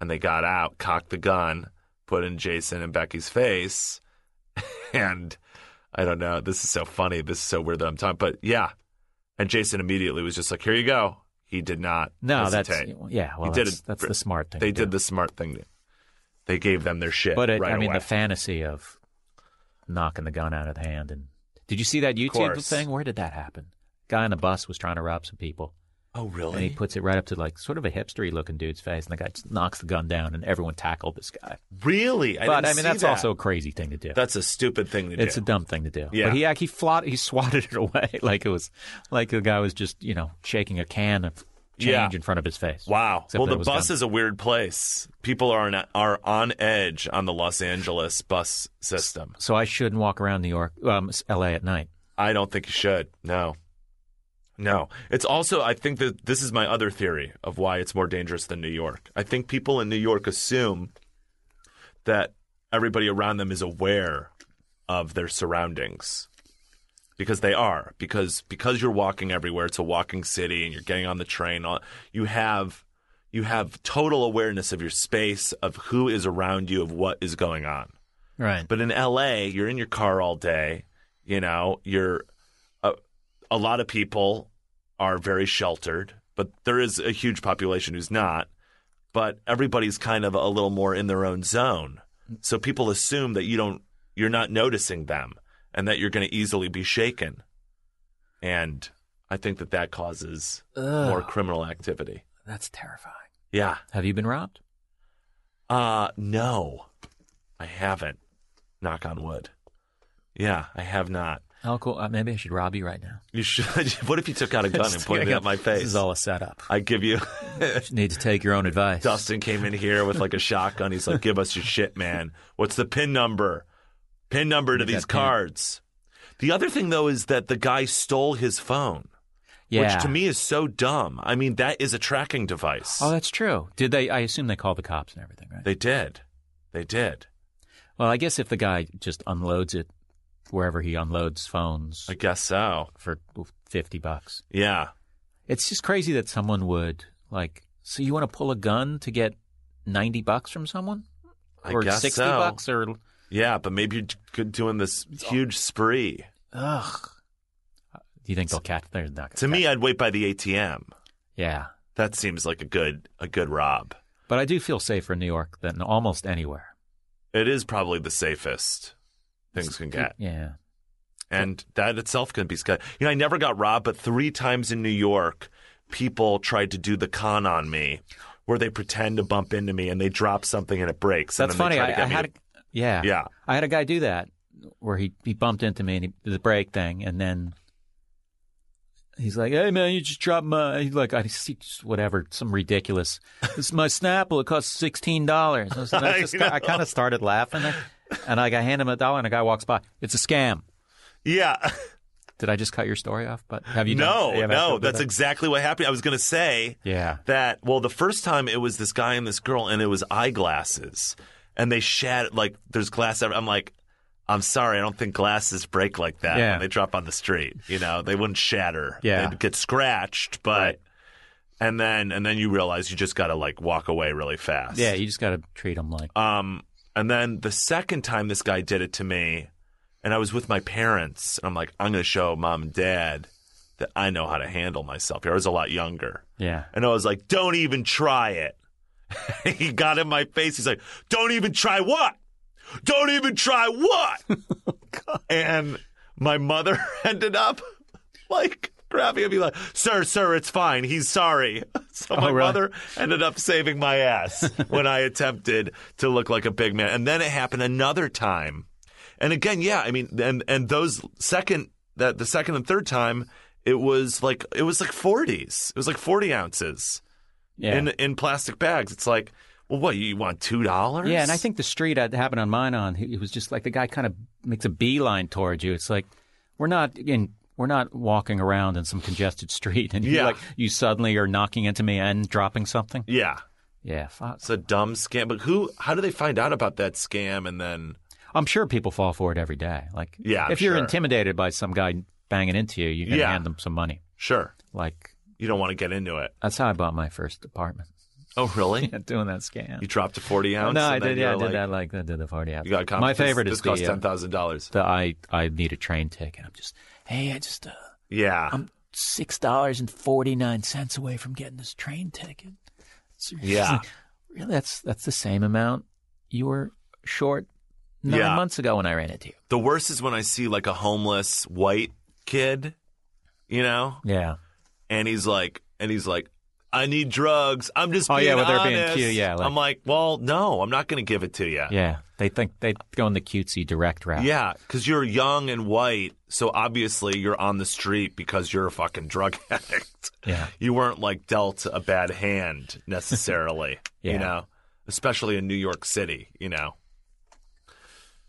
[SPEAKER 4] And they got out, cocked the gun, put it in Jason and Becky's face. And I don't know. This is so funny. This is so weird that I'm talking. But yeah. And Jason immediately was just like, here you go. He did not.
[SPEAKER 3] no, that's,
[SPEAKER 4] hesitate.
[SPEAKER 3] yeah, well,
[SPEAKER 4] He did
[SPEAKER 3] that's,
[SPEAKER 4] it-
[SPEAKER 3] that's the smart thing.
[SPEAKER 4] They
[SPEAKER 3] to
[SPEAKER 4] did
[SPEAKER 3] do.
[SPEAKER 4] the smart thing. to- They gave them their shit.
[SPEAKER 3] But it,
[SPEAKER 4] right
[SPEAKER 3] I mean,
[SPEAKER 4] away.
[SPEAKER 3] the fantasy of knocking the gun out of the hand. And did you see that YouTube
[SPEAKER 4] course.
[SPEAKER 3] thing? Where did that happen? Guy on the bus was trying to rob some people.
[SPEAKER 4] oh,
[SPEAKER 3] And he
[SPEAKER 4] really?
[SPEAKER 3] puts it right up to like sort of a hipstery looking dude's face, and the guy just knocks the gun down, and everyone tackled this guy.
[SPEAKER 4] really? I
[SPEAKER 3] but
[SPEAKER 4] didn't
[SPEAKER 3] I mean,
[SPEAKER 4] see
[SPEAKER 3] that's
[SPEAKER 4] that.
[SPEAKER 3] also a crazy thing to do.
[SPEAKER 4] That's a stupid thing to
[SPEAKER 3] it's
[SPEAKER 4] do.
[SPEAKER 3] a dumb thing to do.
[SPEAKER 4] Yeah.
[SPEAKER 3] But he act- he flot, he swatted it away like it was like the guy was just you know shaking a can of change
[SPEAKER 4] Yeah.
[SPEAKER 3] in front of his face.
[SPEAKER 4] Wow.
[SPEAKER 3] Except
[SPEAKER 4] well,
[SPEAKER 3] that it
[SPEAKER 4] the
[SPEAKER 3] was
[SPEAKER 4] bus
[SPEAKER 3] gone.
[SPEAKER 4] is a weird place. People are on, are on edge on the Los Angeles bus system.
[SPEAKER 3] So I shouldn't walk around New York, um, s- L.A. at night.
[SPEAKER 4] I don't think you should. No. No. It's also, I think that this is my other theory of why it's more dangerous than New York. I think people in New York assume that everybody around them is aware of their surroundings because they are because because you're walking everywhere it's a walking city and you're getting on the train all- you have you have total awareness of your space of who is around you of what is going on
[SPEAKER 3] Right.
[SPEAKER 4] but in LA, you're in your car all day. You know, you're a, a lot of people are very sheltered, but there is a huge population who's not. But everybody's kind of a little more in their own zone. So people assume that you don't, you're not noticing them and that you're going to easily be shaken. And I think that that causes more criminal activity.
[SPEAKER 3] that's terrifying.
[SPEAKER 4] Yeah.
[SPEAKER 3] Have you been robbed?
[SPEAKER 4] Uh no. I haven't. Knock on wood. Yeah, I have not.
[SPEAKER 3] Oh, cool. Uh, maybe I should rob you right now.
[SPEAKER 4] You should what if you took out a gun and
[SPEAKER 3] Just
[SPEAKER 4] pointed
[SPEAKER 3] kidding.
[SPEAKER 4] it at my face?
[SPEAKER 3] This is all a setup.
[SPEAKER 4] I give you
[SPEAKER 3] You need to take your own advice.
[SPEAKER 4] Dustin came in here with like a shotgun. He's like, Give us your shit, man. What's the pin number? Pin number to
[SPEAKER 3] Need that
[SPEAKER 4] these
[SPEAKER 3] pin.
[SPEAKER 4] cards. The other thing though is that the guy stole his phone.
[SPEAKER 3] Yeah.
[SPEAKER 4] which to me is so dumb. I mean, that is a tracking device.
[SPEAKER 3] Oh, that's true. Did they? I assume they called the cops and everything, right?
[SPEAKER 4] they did. They did.
[SPEAKER 3] well, I guess if the guy just unloads it wherever he unloads phones
[SPEAKER 4] I guess so.
[SPEAKER 3] for fifty bucks,
[SPEAKER 4] Yeah.
[SPEAKER 3] it's just crazy that someone would like. So you want to pull a gun to get ninety bucks from someone,
[SPEAKER 4] I
[SPEAKER 3] or
[SPEAKER 4] guess
[SPEAKER 3] sixty
[SPEAKER 4] so.
[SPEAKER 3] bucks, or
[SPEAKER 4] Yeah, but maybe you're d- doing this huge spree.
[SPEAKER 3] ugh. Do you think they'll catch? They're not. Gonna
[SPEAKER 4] To me, I'd wait by the ATM.
[SPEAKER 3] yeah.
[SPEAKER 4] That seems like a good a good rob.
[SPEAKER 3] But I do feel safer in New York than almost anywhere.
[SPEAKER 4] It is probably the safest things can get.
[SPEAKER 3] Yeah.
[SPEAKER 4] and that itself can be scary. You know, I never got robbed, but three times in New York, people tried to do the con on me, where they pretend to bump into me and they drop something and it breaks.
[SPEAKER 3] That's
[SPEAKER 4] and then
[SPEAKER 3] funny.
[SPEAKER 4] they try to
[SPEAKER 3] I,
[SPEAKER 4] get
[SPEAKER 3] I
[SPEAKER 4] me
[SPEAKER 3] had a,
[SPEAKER 4] to-
[SPEAKER 3] yeah,
[SPEAKER 4] Yeah.
[SPEAKER 3] I had a guy do that where he, he bumped into me and he did the brake thing, and then he's like, "Hey man, you just dropped my he's like I see just whatever some ridiculous. It's my Snapple. It costs sixteen dollars." I, was- I,
[SPEAKER 4] I
[SPEAKER 3] just got- I kind of started laughing, there, and like I hand him a dollar, and a guy walks by. It's a scam.
[SPEAKER 4] yeah.
[SPEAKER 3] Did I just cut your story off? But have you
[SPEAKER 4] no,
[SPEAKER 3] done, have I
[SPEAKER 4] no,
[SPEAKER 3] done
[SPEAKER 4] that's
[SPEAKER 3] that?
[SPEAKER 4] exactly what happened. I was going to say
[SPEAKER 3] yeah.
[SPEAKER 4] that. Well, the first time it was this guy and this girl, and it was eyeglasses, and they shattered. Like there's glass. every- I'm like. I'm sorry, I don't think glasses break like that
[SPEAKER 3] Yeah.
[SPEAKER 4] when they drop on the street. You know, they wouldn't shatter.
[SPEAKER 3] Yeah.
[SPEAKER 4] They'd get scratched, but
[SPEAKER 3] Right.
[SPEAKER 4] and then and then you realize you just got to like walk away really fast.
[SPEAKER 3] Yeah, you just got to treat him like
[SPEAKER 4] Um, and then the second time this guy did it to me, and I was with my parents, and I'm like, I'm going to show mom and dad that I know how to handle myself. here. I was a lot younger,
[SPEAKER 3] yeah.
[SPEAKER 4] and I was like, don't even try it. he got in my face. He's like, don't even try what? Don't even try what?
[SPEAKER 3] Oh,
[SPEAKER 4] and my mother ended up like grabbing me like, sir, sir, it's fine. He's sorry. So my
[SPEAKER 3] Oh, really?
[SPEAKER 4] mother ended up saving my ass when I attempted to look like a big man. And then it happened another time. And again, yeah, I mean, and and those second that the second and third time, it was like it was like forties. It was like forty ounces
[SPEAKER 3] Yeah.
[SPEAKER 4] in in plastic bags. It's like, well, what you want two dollars?
[SPEAKER 3] Yeah, and I think the street that happened on mine on it was just like the guy kind of makes a beeline towards you. It's like we're not in we're not walking around in some congested street and you
[SPEAKER 4] Yeah.
[SPEAKER 3] like you suddenly are knocking into me and dropping something.
[SPEAKER 4] yeah,
[SPEAKER 3] Yeah, fuck.
[SPEAKER 4] it's a dumb scam. But who? How do they find out about that scam? And then
[SPEAKER 3] I'm sure people fall for it every day. Like
[SPEAKER 4] Yeah, I'm
[SPEAKER 3] if you're
[SPEAKER 4] sure.
[SPEAKER 3] intimidated by some guy banging into you, you can
[SPEAKER 4] Yeah.
[SPEAKER 3] hand them some money.
[SPEAKER 4] sure,
[SPEAKER 3] Like
[SPEAKER 4] you don't want to get into it.
[SPEAKER 3] that's how I bought my first apartment.
[SPEAKER 4] Oh, really?
[SPEAKER 3] Doing that scam.
[SPEAKER 4] You dropped a forty ounce.
[SPEAKER 3] no, I
[SPEAKER 4] and then
[SPEAKER 3] did. Yeah, I
[SPEAKER 4] you're
[SPEAKER 3] did
[SPEAKER 4] like,
[SPEAKER 3] that. Like I did the party after.
[SPEAKER 4] You got
[SPEAKER 3] my
[SPEAKER 4] confidence.
[SPEAKER 3] favorite
[SPEAKER 4] this
[SPEAKER 3] is
[SPEAKER 4] cost
[SPEAKER 3] the, uh,
[SPEAKER 4] ten thousand dollars.
[SPEAKER 3] the I I need a train ticket. I'm just hey, I just. Uh,
[SPEAKER 4] Yeah,
[SPEAKER 3] six dollars and forty nine cents away from getting this train ticket. It's- it's
[SPEAKER 4] Yeah.
[SPEAKER 3] like, really, that's that's the same amount you were short nine
[SPEAKER 4] Yeah.
[SPEAKER 3] months ago when I ran into you.
[SPEAKER 4] the worst is when I see like a homeless white kid, you know,
[SPEAKER 3] Yeah.
[SPEAKER 4] and he's like, and he's like, I need drugs. I'm just
[SPEAKER 3] Oh,
[SPEAKER 4] being
[SPEAKER 3] yeah, well, they're being
[SPEAKER 4] honest."
[SPEAKER 3] cute, yeah, like-
[SPEAKER 4] I'm like, well, no, I'm not going to give it to you.
[SPEAKER 3] Yeah. They think they go in the cutesy direct route.
[SPEAKER 4] Yeah, because you're young and white, so obviously you're on the street because you're a fucking drug addict.
[SPEAKER 3] Yeah.
[SPEAKER 4] You weren't like dealt a bad hand necessarily,
[SPEAKER 3] Yeah.
[SPEAKER 4] you know, especially in New York City. You know,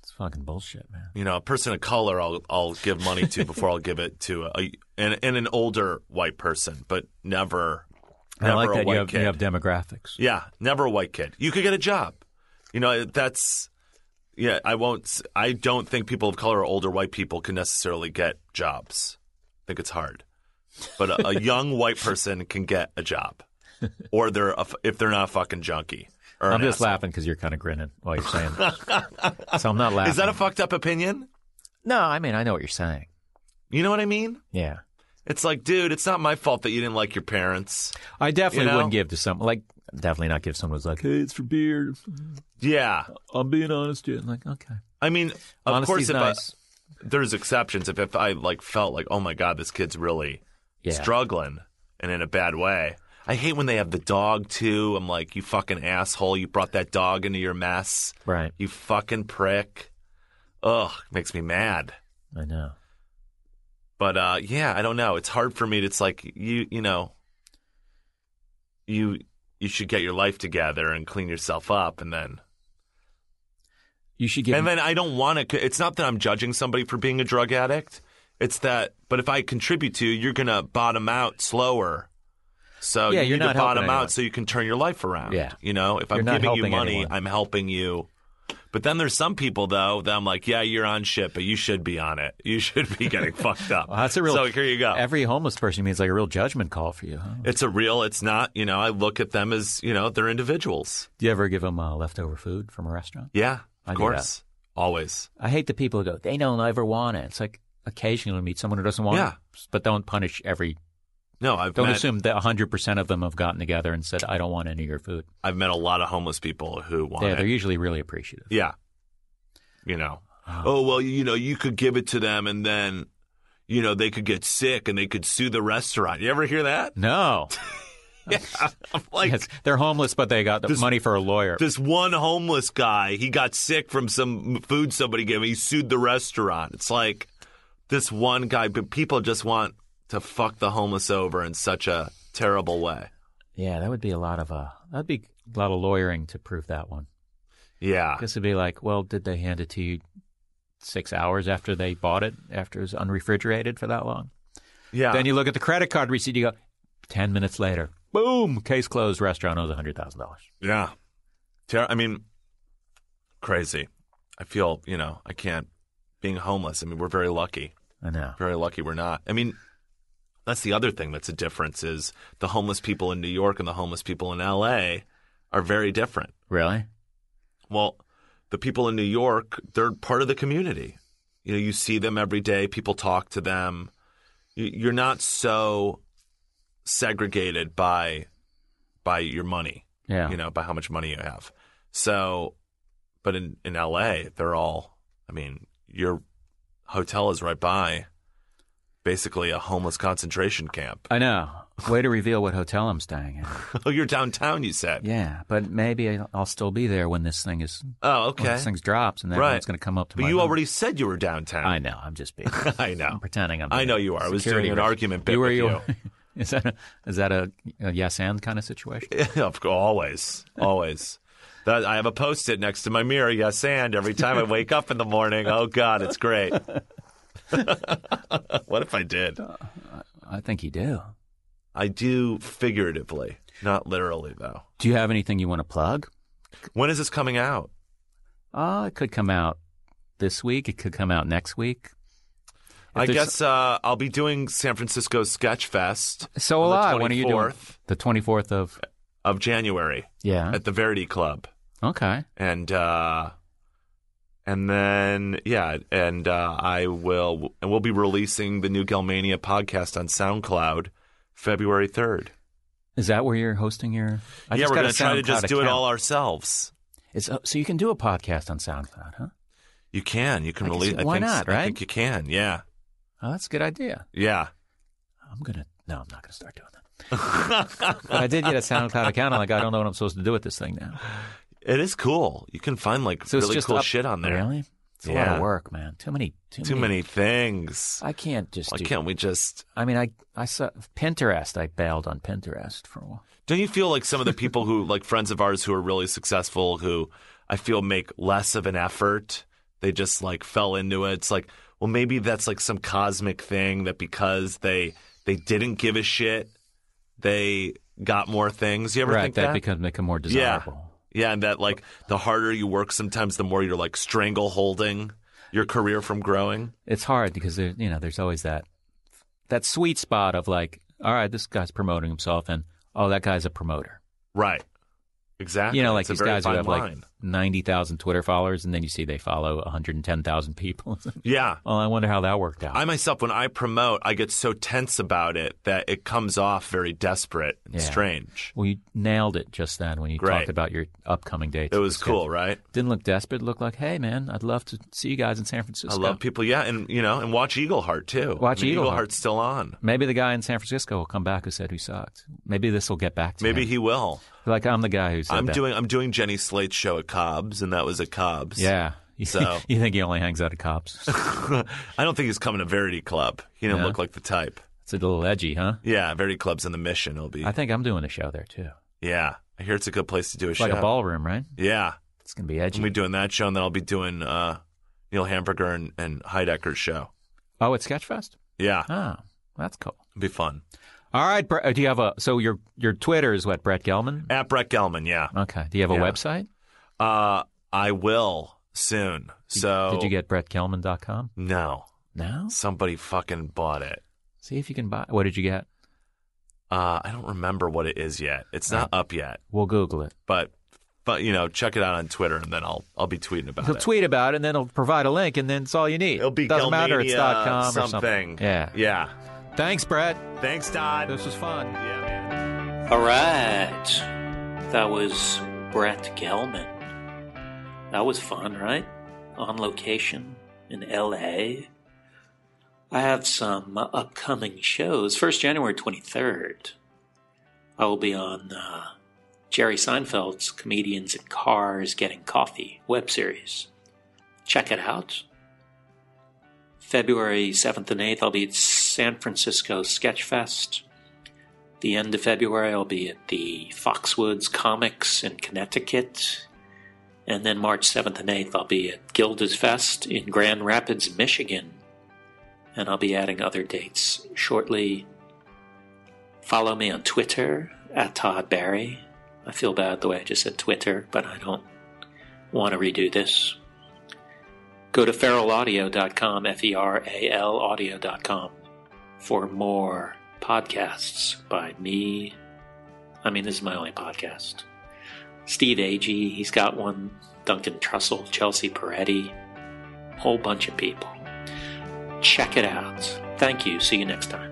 [SPEAKER 3] It's fucking bullshit, man.
[SPEAKER 4] you know, a person of color, I'll I'll give money to before I'll give it to a, and and an older white person, but never, never
[SPEAKER 3] I like
[SPEAKER 4] a
[SPEAKER 3] that
[SPEAKER 4] white
[SPEAKER 3] you have,
[SPEAKER 4] kid.
[SPEAKER 3] you have demographics.
[SPEAKER 4] Yeah, never a white kid. You could get a job. You know, that's yeah. I won't. s- I don't think people of color or older white people can necessarily get jobs. I think it's hard, but a, a young white person can get a job, or they're a f if they're not a fucking junkie. Or
[SPEAKER 3] I'm
[SPEAKER 4] an
[SPEAKER 3] just laughing because you're kind of grinning while you're saying this. so I'm not
[SPEAKER 4] asshole.
[SPEAKER 3] laughing.
[SPEAKER 4] Is that a fucked up opinion?
[SPEAKER 3] no, I mean, I know what you're saying.
[SPEAKER 4] You know what I mean?
[SPEAKER 3] Yeah.
[SPEAKER 4] It's like, dude, it's not my fault that you didn't like your parents.
[SPEAKER 3] I definitely
[SPEAKER 4] You know?
[SPEAKER 3] wouldn't give to someone, like, definitely not give someone who's like, hey, it's for beer.
[SPEAKER 4] Yeah,
[SPEAKER 3] I'm being honest, dude. Like, okay.
[SPEAKER 4] I mean, of
[SPEAKER 3] Honesty's
[SPEAKER 4] course, if I-
[SPEAKER 3] nice.
[SPEAKER 4] there's exceptions. If if I like felt like, oh my god, this kid's really
[SPEAKER 3] Yeah.
[SPEAKER 4] struggling and in a bad way. I hate when they have the dog too. I'm like, you fucking asshole. You brought that dog into your mess.
[SPEAKER 3] Right.
[SPEAKER 4] You fucking prick. Ugh, makes me mad.
[SPEAKER 3] I know.
[SPEAKER 4] But uh, yeah, I don't know. It's hard for me. To, it's like you, you know, you you should get your life together and clean yourself up, and then
[SPEAKER 3] You should give.
[SPEAKER 4] and then I don't want to. It's not that I'm judging somebody for being a drug addict. It's that, but if I contribute to you, you're going to bottom out slower. So
[SPEAKER 3] Yeah,
[SPEAKER 4] you
[SPEAKER 3] you're
[SPEAKER 4] need
[SPEAKER 3] not
[SPEAKER 4] to
[SPEAKER 3] helping
[SPEAKER 4] bottom
[SPEAKER 3] anyone.
[SPEAKER 4] out so you can turn your life around.
[SPEAKER 3] Yeah.
[SPEAKER 4] You know, if
[SPEAKER 3] You're
[SPEAKER 4] I'm
[SPEAKER 3] not
[SPEAKER 4] giving you
[SPEAKER 3] helping
[SPEAKER 4] money,
[SPEAKER 3] anyone.
[SPEAKER 4] I'm helping you. But then there's some people though that I'm like, yeah, you're on shit, but you should be on it. You should be getting fucked up.
[SPEAKER 3] Well, Oh, that's a real.
[SPEAKER 4] So here you go.
[SPEAKER 3] Every homeless person you mean is like a real judgment call for you. Huh?
[SPEAKER 4] it's a real. It's not. You know, I look at them as you know they're individuals.
[SPEAKER 3] Do you ever give them uh, leftover food from a restaurant?
[SPEAKER 4] Yeah,
[SPEAKER 3] I
[SPEAKER 4] of
[SPEAKER 3] do
[SPEAKER 4] course, always.
[SPEAKER 3] I hate the people who go, they don't ever want it. It's like occasionally meet someone who doesn't want
[SPEAKER 4] Yeah.
[SPEAKER 3] it, but don't punish every.
[SPEAKER 4] No, I've
[SPEAKER 3] Don't
[SPEAKER 4] met,
[SPEAKER 3] assume that 100% of them have gotten together and said, I don't want any of your food.
[SPEAKER 4] I've met a lot of homeless people who want
[SPEAKER 3] Yeah,
[SPEAKER 4] it.
[SPEAKER 3] they're usually really appreciative.
[SPEAKER 4] Yeah. You know. Oh well, you know, you could give it to them and then you know, they could get sick and they could sue the restaurant. You ever hear that?
[SPEAKER 3] No.
[SPEAKER 4] Yeah. I'm like
[SPEAKER 3] Yes, they're homeless, but they got the
[SPEAKER 4] This-
[SPEAKER 3] money for a lawyer.
[SPEAKER 4] this one homeless guy, he got sick from some food somebody gave him. He sued the restaurant. It's like this one guy, but people just want to fuck the homeless over in such a terrible way.
[SPEAKER 3] yeah, that would be a lot of uh, that'd be a lot of lawyering to prove that one.
[SPEAKER 4] Yeah.
[SPEAKER 3] This would be like, well, did they hand it to you six hours after they bought it, after it was unrefrigerated for that long?
[SPEAKER 4] Yeah.
[SPEAKER 3] Then you look at the credit card receipt, you go, 10 minutes later, boom, case closed, restaurant owes $100,000.
[SPEAKER 4] Yeah. Ter- I mean, crazy. I feel, you know, I can't. Being homeless, I mean, we're very lucky.
[SPEAKER 3] I know.
[SPEAKER 4] Very lucky we're not. I mean, that's the other thing that's a difference is the homeless people in New York and the homeless people in LA are very different.
[SPEAKER 3] Really?
[SPEAKER 4] Well, the people in New York, they're part of the community. You know, you see them every day, people talk to them. You- You're not so segregated by by your money
[SPEAKER 3] Yeah.
[SPEAKER 4] you know, by how much money you have. So, but in, in LA, they're all, I mean, your hotel is right by basically a homeless concentration camp.
[SPEAKER 3] I know. Way to reveal what hotel I'm staying at.
[SPEAKER 4] oh, you're downtown, you said.
[SPEAKER 3] Yeah, but maybe I'll- I'll still be there when this thing is
[SPEAKER 4] Oh,
[SPEAKER 3] when
[SPEAKER 4] okay.
[SPEAKER 3] this thing drops, and then
[SPEAKER 4] Right.
[SPEAKER 3] it's going to come up to
[SPEAKER 4] But
[SPEAKER 3] my
[SPEAKER 4] you
[SPEAKER 3] room.
[SPEAKER 4] already said you were downtown.
[SPEAKER 3] I know. I'm just being.
[SPEAKER 4] I know.
[SPEAKER 3] I'm pretending I'm.
[SPEAKER 4] I know
[SPEAKER 3] being
[SPEAKER 4] you are. I was
[SPEAKER 3] security
[SPEAKER 4] doing an
[SPEAKER 3] rich.
[SPEAKER 4] argument bit
[SPEAKER 3] you were.
[SPEAKER 4] with
[SPEAKER 3] you
[SPEAKER 4] you.
[SPEAKER 3] is that a, is that a, a yes and kind of situation?
[SPEAKER 4] of course, always, always. That, I have a post-it next to my mirror. Yes, and every time I wake up in the morning, oh God, it's great. what if I did?
[SPEAKER 3] I think you do.
[SPEAKER 4] I do figuratively, not literally, though.
[SPEAKER 3] Do you have anything you want to plug?
[SPEAKER 4] When is this coming out?
[SPEAKER 3] Uh, it could come out this week. It could come out next week. If
[SPEAKER 4] I
[SPEAKER 3] there's-
[SPEAKER 4] guess uh, I'll be doing San Francisco Sketch Fest
[SPEAKER 3] So
[SPEAKER 4] on
[SPEAKER 3] will
[SPEAKER 4] the
[SPEAKER 3] I. When are you doing?
[SPEAKER 4] 24th?
[SPEAKER 3] The 24th of.
[SPEAKER 4] of January
[SPEAKER 3] Yeah.
[SPEAKER 4] at the Verity Club,
[SPEAKER 3] Okay.
[SPEAKER 4] and uh, and then yeah, and uh, I will and we'll be releasing the new Galmania podcast on SoundCloud February third.
[SPEAKER 3] Is that where you're hosting your? I
[SPEAKER 4] yeah,
[SPEAKER 3] just
[SPEAKER 4] we're
[SPEAKER 3] got a
[SPEAKER 4] gonna try to
[SPEAKER 3] SoundCloud
[SPEAKER 4] just do it
[SPEAKER 3] account.
[SPEAKER 4] all ourselves.
[SPEAKER 3] It's, uh, so you can do a podcast on SoundCloud, huh?
[SPEAKER 4] You can, you can
[SPEAKER 3] I guess-
[SPEAKER 4] release.
[SPEAKER 3] why
[SPEAKER 4] I think,
[SPEAKER 3] not,
[SPEAKER 4] I
[SPEAKER 3] right?
[SPEAKER 4] think you can. Yeah,
[SPEAKER 3] Oh, that's a good idea.
[SPEAKER 4] yeah.
[SPEAKER 3] I'm gonna. No, I'm not gonna start doing that. but I did get a SoundCloud account. I'm like, I don't know what I'm supposed to do with this thing now.
[SPEAKER 4] It is cool. You can find like
[SPEAKER 3] So it's
[SPEAKER 4] really
[SPEAKER 3] just
[SPEAKER 4] cool
[SPEAKER 3] up-
[SPEAKER 4] shit on there.
[SPEAKER 3] Really? It's a lot
[SPEAKER 4] Yeah.
[SPEAKER 3] of work, man. Too many. Too,
[SPEAKER 4] Too many things.
[SPEAKER 3] I can't just.
[SPEAKER 4] Why
[SPEAKER 3] do,
[SPEAKER 4] can't we just?
[SPEAKER 3] I mean, I I saw Pinterest. I bailed on Pinterest for a while.
[SPEAKER 4] Don't you feel like some of the people who, like friends of ours who are really successful, who I feel make less of an effort? They just like fell into it. It's like, well, maybe that's like some cosmic thing that because they they didn't give a shit, they got more things. You ever
[SPEAKER 3] right?
[SPEAKER 4] think
[SPEAKER 3] that
[SPEAKER 4] that?
[SPEAKER 3] becomes make them more
[SPEAKER 4] yeah,
[SPEAKER 3] desirable.
[SPEAKER 4] yeah, and that like the harder you work, sometimes the more you're like strangle holding your career from growing.
[SPEAKER 3] It's hard because there, you know, there's always that that sweet spot of like, all right, this guy's promoting himself, and oh, that guy's a promoter.
[SPEAKER 4] Right. Exactly.
[SPEAKER 3] You know, like
[SPEAKER 4] It's a
[SPEAKER 3] these
[SPEAKER 4] very
[SPEAKER 3] guys who
[SPEAKER 4] fine
[SPEAKER 3] have like
[SPEAKER 4] line.
[SPEAKER 3] ninety thousand Twitter followers, and then you see they follow one hundred and ten thousand people.
[SPEAKER 4] yeah.
[SPEAKER 3] well, I wonder how that worked out.
[SPEAKER 4] I myself, when I promote, I get so tense about it that it comes off very desperate and
[SPEAKER 3] Yeah.
[SPEAKER 4] strange.
[SPEAKER 3] well, you nailed it just then when you
[SPEAKER 4] Great.
[SPEAKER 3] talked about your upcoming dates.
[SPEAKER 4] It was
[SPEAKER 3] It's good.
[SPEAKER 4] cool, right?
[SPEAKER 3] Didn't look desperate. Looked like, hey, man, I'd love to see you guys in San
[SPEAKER 4] I
[SPEAKER 3] Francisco.
[SPEAKER 4] love people, yeah, and you know, and watch Eagleheart too.
[SPEAKER 3] Watch
[SPEAKER 4] I mean,
[SPEAKER 3] Eagle Heart.
[SPEAKER 4] Eagleheart's still on.
[SPEAKER 3] Maybe the guy in San Francisco will come back who said who sucked. Maybe this will get back to
[SPEAKER 4] Maybe
[SPEAKER 3] him.
[SPEAKER 4] he will.
[SPEAKER 3] like I'm the guy who said
[SPEAKER 4] I'm
[SPEAKER 3] that.
[SPEAKER 4] doing. I'm doing Jenny Slate's show at Cobb's, and that was at Cobb's.
[SPEAKER 3] Yeah. You,
[SPEAKER 4] So-
[SPEAKER 3] you think he only hangs out at cops?
[SPEAKER 4] I don't think he's coming to Verity Club. He didn't
[SPEAKER 3] Yeah.
[SPEAKER 4] look like the type.
[SPEAKER 3] It's a little edgy, huh?
[SPEAKER 4] Yeah, Verity Club's in the Mission. It'll be.
[SPEAKER 3] I think I'm doing a show there too.
[SPEAKER 4] yeah, I hear it's a good place to do a
[SPEAKER 3] It's
[SPEAKER 4] show.
[SPEAKER 3] like a ballroom, right?
[SPEAKER 4] Yeah,
[SPEAKER 3] It's gonna be
[SPEAKER 4] I'm
[SPEAKER 3] edgy.
[SPEAKER 4] gonna be doing that show, and then I'll be doing uh, Neil Hamburger and, and Heidecker's show.
[SPEAKER 3] Oh, at Sketchfest?
[SPEAKER 4] Yeah,
[SPEAKER 3] Oh, that's cool.
[SPEAKER 4] it'd be fun.
[SPEAKER 3] All right. Bre- uh, Do you have a, so your, your Twitter is what, Brett Gelman?
[SPEAKER 4] At Brett Gelman, yeah.
[SPEAKER 3] Okay. Do you have a
[SPEAKER 4] Yeah.
[SPEAKER 3] website?
[SPEAKER 4] Uh, I will soon. So
[SPEAKER 3] Did you get brettgelman.com?
[SPEAKER 4] No,
[SPEAKER 3] No.
[SPEAKER 4] somebody fucking bought it.
[SPEAKER 3] See if you can buy. What did you get?
[SPEAKER 4] Uh, I don't remember what it is yet. It's not
[SPEAKER 3] Uh-huh.
[SPEAKER 4] up yet,
[SPEAKER 3] We'll Google it.
[SPEAKER 4] but but you know, check it out on Twitter, and then I'll I'll be tweeting about
[SPEAKER 3] He'll
[SPEAKER 4] it.
[SPEAKER 3] tweet about it, and then he'll provide a link, and then it's all you need.
[SPEAKER 4] It'll be
[SPEAKER 3] doesn't matter. It's
[SPEAKER 4] Gelmania
[SPEAKER 3] dot com
[SPEAKER 4] something.
[SPEAKER 3] or something. Yeah.
[SPEAKER 4] yeah.
[SPEAKER 3] Thanks, Brett.
[SPEAKER 4] Thanks, Todd.
[SPEAKER 3] This was fun.
[SPEAKER 4] yeah, man.
[SPEAKER 6] All right. That was Brett Gelman. That was fun, right? On location in LA. I have some upcoming shows. First, January 23rd, I will be on uh, Jerry Seinfeld's Comedians in Cars Getting Coffee web series. Check it out. February 7th and 8th, I'll be at San Francisco Sketchfest the end of February, I'll be at the Foxwoods Comics in Connecticut. And then March 7th and 8th, I'll be at Gilda's Fest in Grand Rapids, Michigan. And I'll be adding other dates shortly. Follow me on Twitter at Todd Barry. I feel bad the way I just said Twitter, but I don't want to redo this. Go to feralaudio.com, F E R A L audio.com for more podcasts by me. I mean, this is my only podcast. Steve Agee, he's got one. Duncan Trussell, Chelsea Peretti, whole bunch of people. Check it out. Thank you. See you next time.